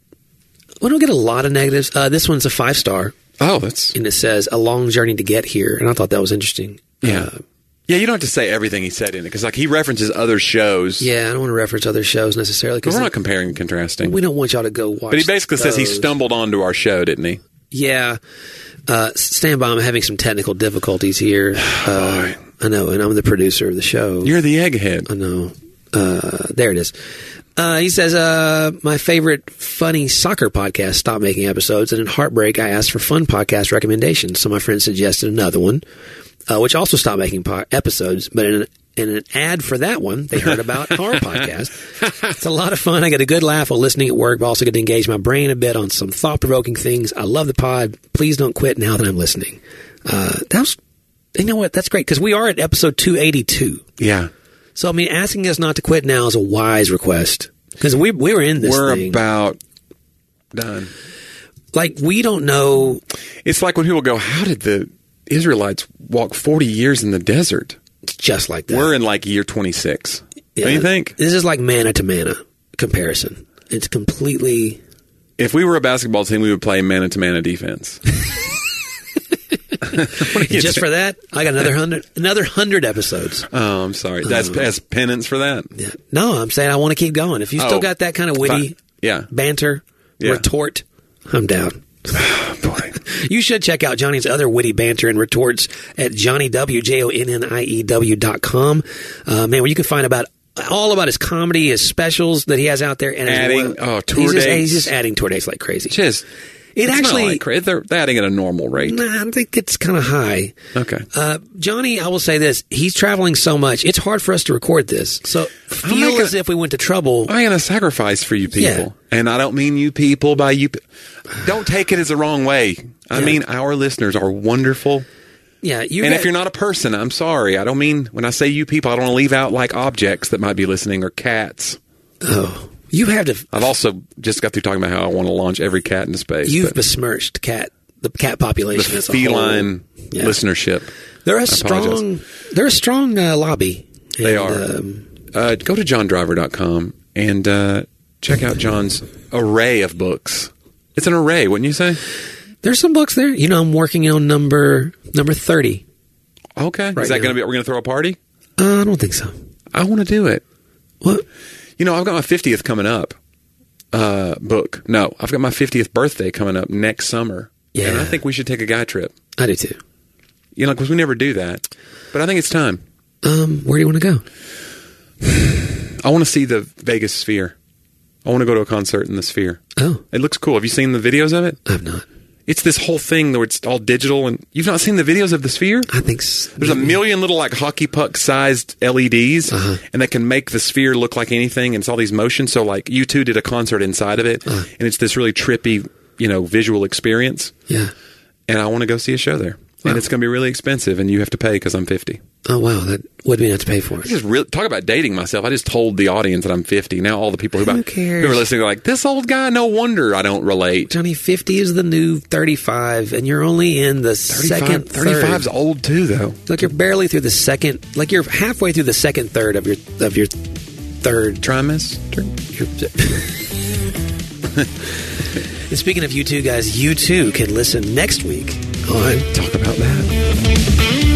Speaker 5: We don't get a lot of negatives. Uh, this one's a five star,
Speaker 2: oh, that's.
Speaker 5: and it says a long journey to get here, and I thought that was interesting.
Speaker 2: Yeah.
Speaker 5: Uh,
Speaker 2: yeah, you don't have to say everything he said in it because like he references other shows.
Speaker 5: yeah. I don't want to reference other shows necessarily
Speaker 2: But
Speaker 5: because
Speaker 2: We're not comparing and contrasting.
Speaker 5: we don't want y'all to go watch.
Speaker 2: But he basically says he
Speaker 5: those.
Speaker 2: stumbled onto our show, didn't he?
Speaker 5: Yeah. Uh, stand by. I'm having some technical difficulties here. Uh, I know, and I'm the producer of the show.
Speaker 2: You're the egghead.
Speaker 5: I know. Oh, Uh, there it is. Uh, he says, uh, my favorite funny soccer podcast stopped making episodes, and in heartbreak, I asked for fun podcast recommendations. So my friend suggested another one, uh, which also stopped making po- episodes. But in an, in an ad for that one, they heard about our podcast. It's a lot of fun. I get a good laugh while listening at work, but also get to engage my brain a bit on some thought provoking things. I love the pod. Please don't quit now that I'm listening. Uh, that was, you know what? That's great because we are at episode 282.
Speaker 2: Yeah.
Speaker 5: So I mean, asking us not to quit now is a wise request because we we were in this
Speaker 2: We're
Speaker 5: thing.
Speaker 2: about done.
Speaker 5: like we don't know.
Speaker 2: It's like when people go, How did the Israelites walk 40 years in the desert?
Speaker 5: It's just like that.
Speaker 2: We're in like year 26.
Speaker 5: Yeah.
Speaker 2: Don't you think?
Speaker 5: This is like manna to manna comparison. It's completely
Speaker 2: If we were a basketball team, we would play man to man defense. What do you
Speaker 5: just
Speaker 2: think?
Speaker 5: for that. I got another hundred another hundred episodes.
Speaker 2: Oh, I'm sorry. That's as penance for that.
Speaker 5: Uh, Yeah. No, I'm saying I want to keep going. If you still
Speaker 2: Oh.
Speaker 5: got that kind of witty
Speaker 2: Fine. Yeah.
Speaker 5: banter
Speaker 2: Yeah.
Speaker 5: retort, I'm down.
Speaker 2: Boy.
Speaker 5: You should check out Johnny's other witty banter and retorts at johnnyw, E dot com. Uh, man, where you can find about all about his comedy, his specials that he has out there, and his
Speaker 2: Adding,
Speaker 5: wo-
Speaker 2: oh, tour
Speaker 5: he's just,
Speaker 2: dates.
Speaker 5: He's just adding tour dates like crazy.
Speaker 2: Just,
Speaker 5: it
Speaker 2: it's not
Speaker 5: actually,
Speaker 2: like cra- they're, they're adding at a normal rate.
Speaker 5: nah, I think it's kind of high.
Speaker 2: Okay.
Speaker 5: Uh, Johnny, I will say this: he's traveling so much; it's hard for us to record this. So feel
Speaker 2: make a-
Speaker 5: as if we went to trouble.
Speaker 2: I am a sacrifice for you people,
Speaker 5: Yeah.
Speaker 2: and I don't mean you people by you. pe- Don't take it as the wrong way. I mean our listeners are wonderful,
Speaker 5: yeah, you
Speaker 2: and
Speaker 5: got-
Speaker 2: if you're not a person, I'm sorry. I don't mean when I say you people. I don't want to leave out like objects that might be listening or cats.
Speaker 5: oh, you have to.
Speaker 2: I've also just got through talking about how I want to launch every cat into space.
Speaker 5: You've
Speaker 2: but
Speaker 5: besmirched cat the cat population.
Speaker 2: the
Speaker 5: as a
Speaker 2: feline
Speaker 5: whole. Yeah.
Speaker 2: listenership.
Speaker 5: They're a
Speaker 2: apologize.
Speaker 5: strong. They're a strong uh, lobby.
Speaker 2: They
Speaker 5: And,
Speaker 2: are.
Speaker 5: Um,
Speaker 2: Uh, go to johndriver.com and uh, check out John's array of books. It's an array, wouldn't you say?
Speaker 5: there's some books there. You know, I'm working on number number thirty.
Speaker 2: Okay.
Speaker 5: Right
Speaker 2: Is that
Speaker 5: now.
Speaker 2: going to be? We're going to throw a party.
Speaker 5: Uh, I don't think so.
Speaker 2: I want to do it.
Speaker 5: What?
Speaker 2: You know, I've got my 50th coming up. Uh, book. No, I've got my 50th birthday coming up next summer.
Speaker 5: Yeah.
Speaker 2: And I think we should take a guy trip.
Speaker 5: I do too.
Speaker 2: You know, because we never do that. But I think it's time.
Speaker 5: Um, where do you want to go?
Speaker 2: I want to see the Vegas Sphere. I want to go to a concert in the Sphere.
Speaker 5: Oh,
Speaker 2: It looks cool. Have you seen the videos of it?
Speaker 5: I've not.
Speaker 2: It's this whole thing where it's all digital, and you've not seen the videos of the Sphere?
Speaker 5: I think s-
Speaker 2: There's a million little like hockey puck sized LEDs,
Speaker 5: Uh-huh.
Speaker 2: and they can make the sphere look like anything. And it's all these motions. So like you two did a concert inside of
Speaker 5: Uh-huh.
Speaker 2: it, and it's this really trippy, you know, visual experience.
Speaker 5: Yeah.
Speaker 2: And I want to go see a show there, and it's going to be really expensive, and you have to pay because I'm 50.
Speaker 5: Oh wow, that what do we have to pay for
Speaker 2: This
Speaker 5: it?
Speaker 2: is real talk about dating myself. I just told the audience that I'm 50. Now all the people who,
Speaker 5: Who
Speaker 2: about,
Speaker 5: cares?
Speaker 2: who are listening are like, "This old guy, no wonder I don't relate."
Speaker 5: Johnny, fifty is the new thirty-five, and you're only in the
Speaker 2: 35
Speaker 5: second
Speaker 2: 35 is
Speaker 5: third.
Speaker 2: old too, though.
Speaker 5: Like you're barely through the second. Like you're halfway through the second third of your of your third
Speaker 2: Trimester.
Speaker 5: and speaking of you two guys, you too can listen next week on Talk About That.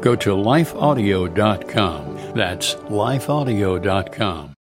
Speaker 6: go to lifeaudio.com. That's lifeaudio.com.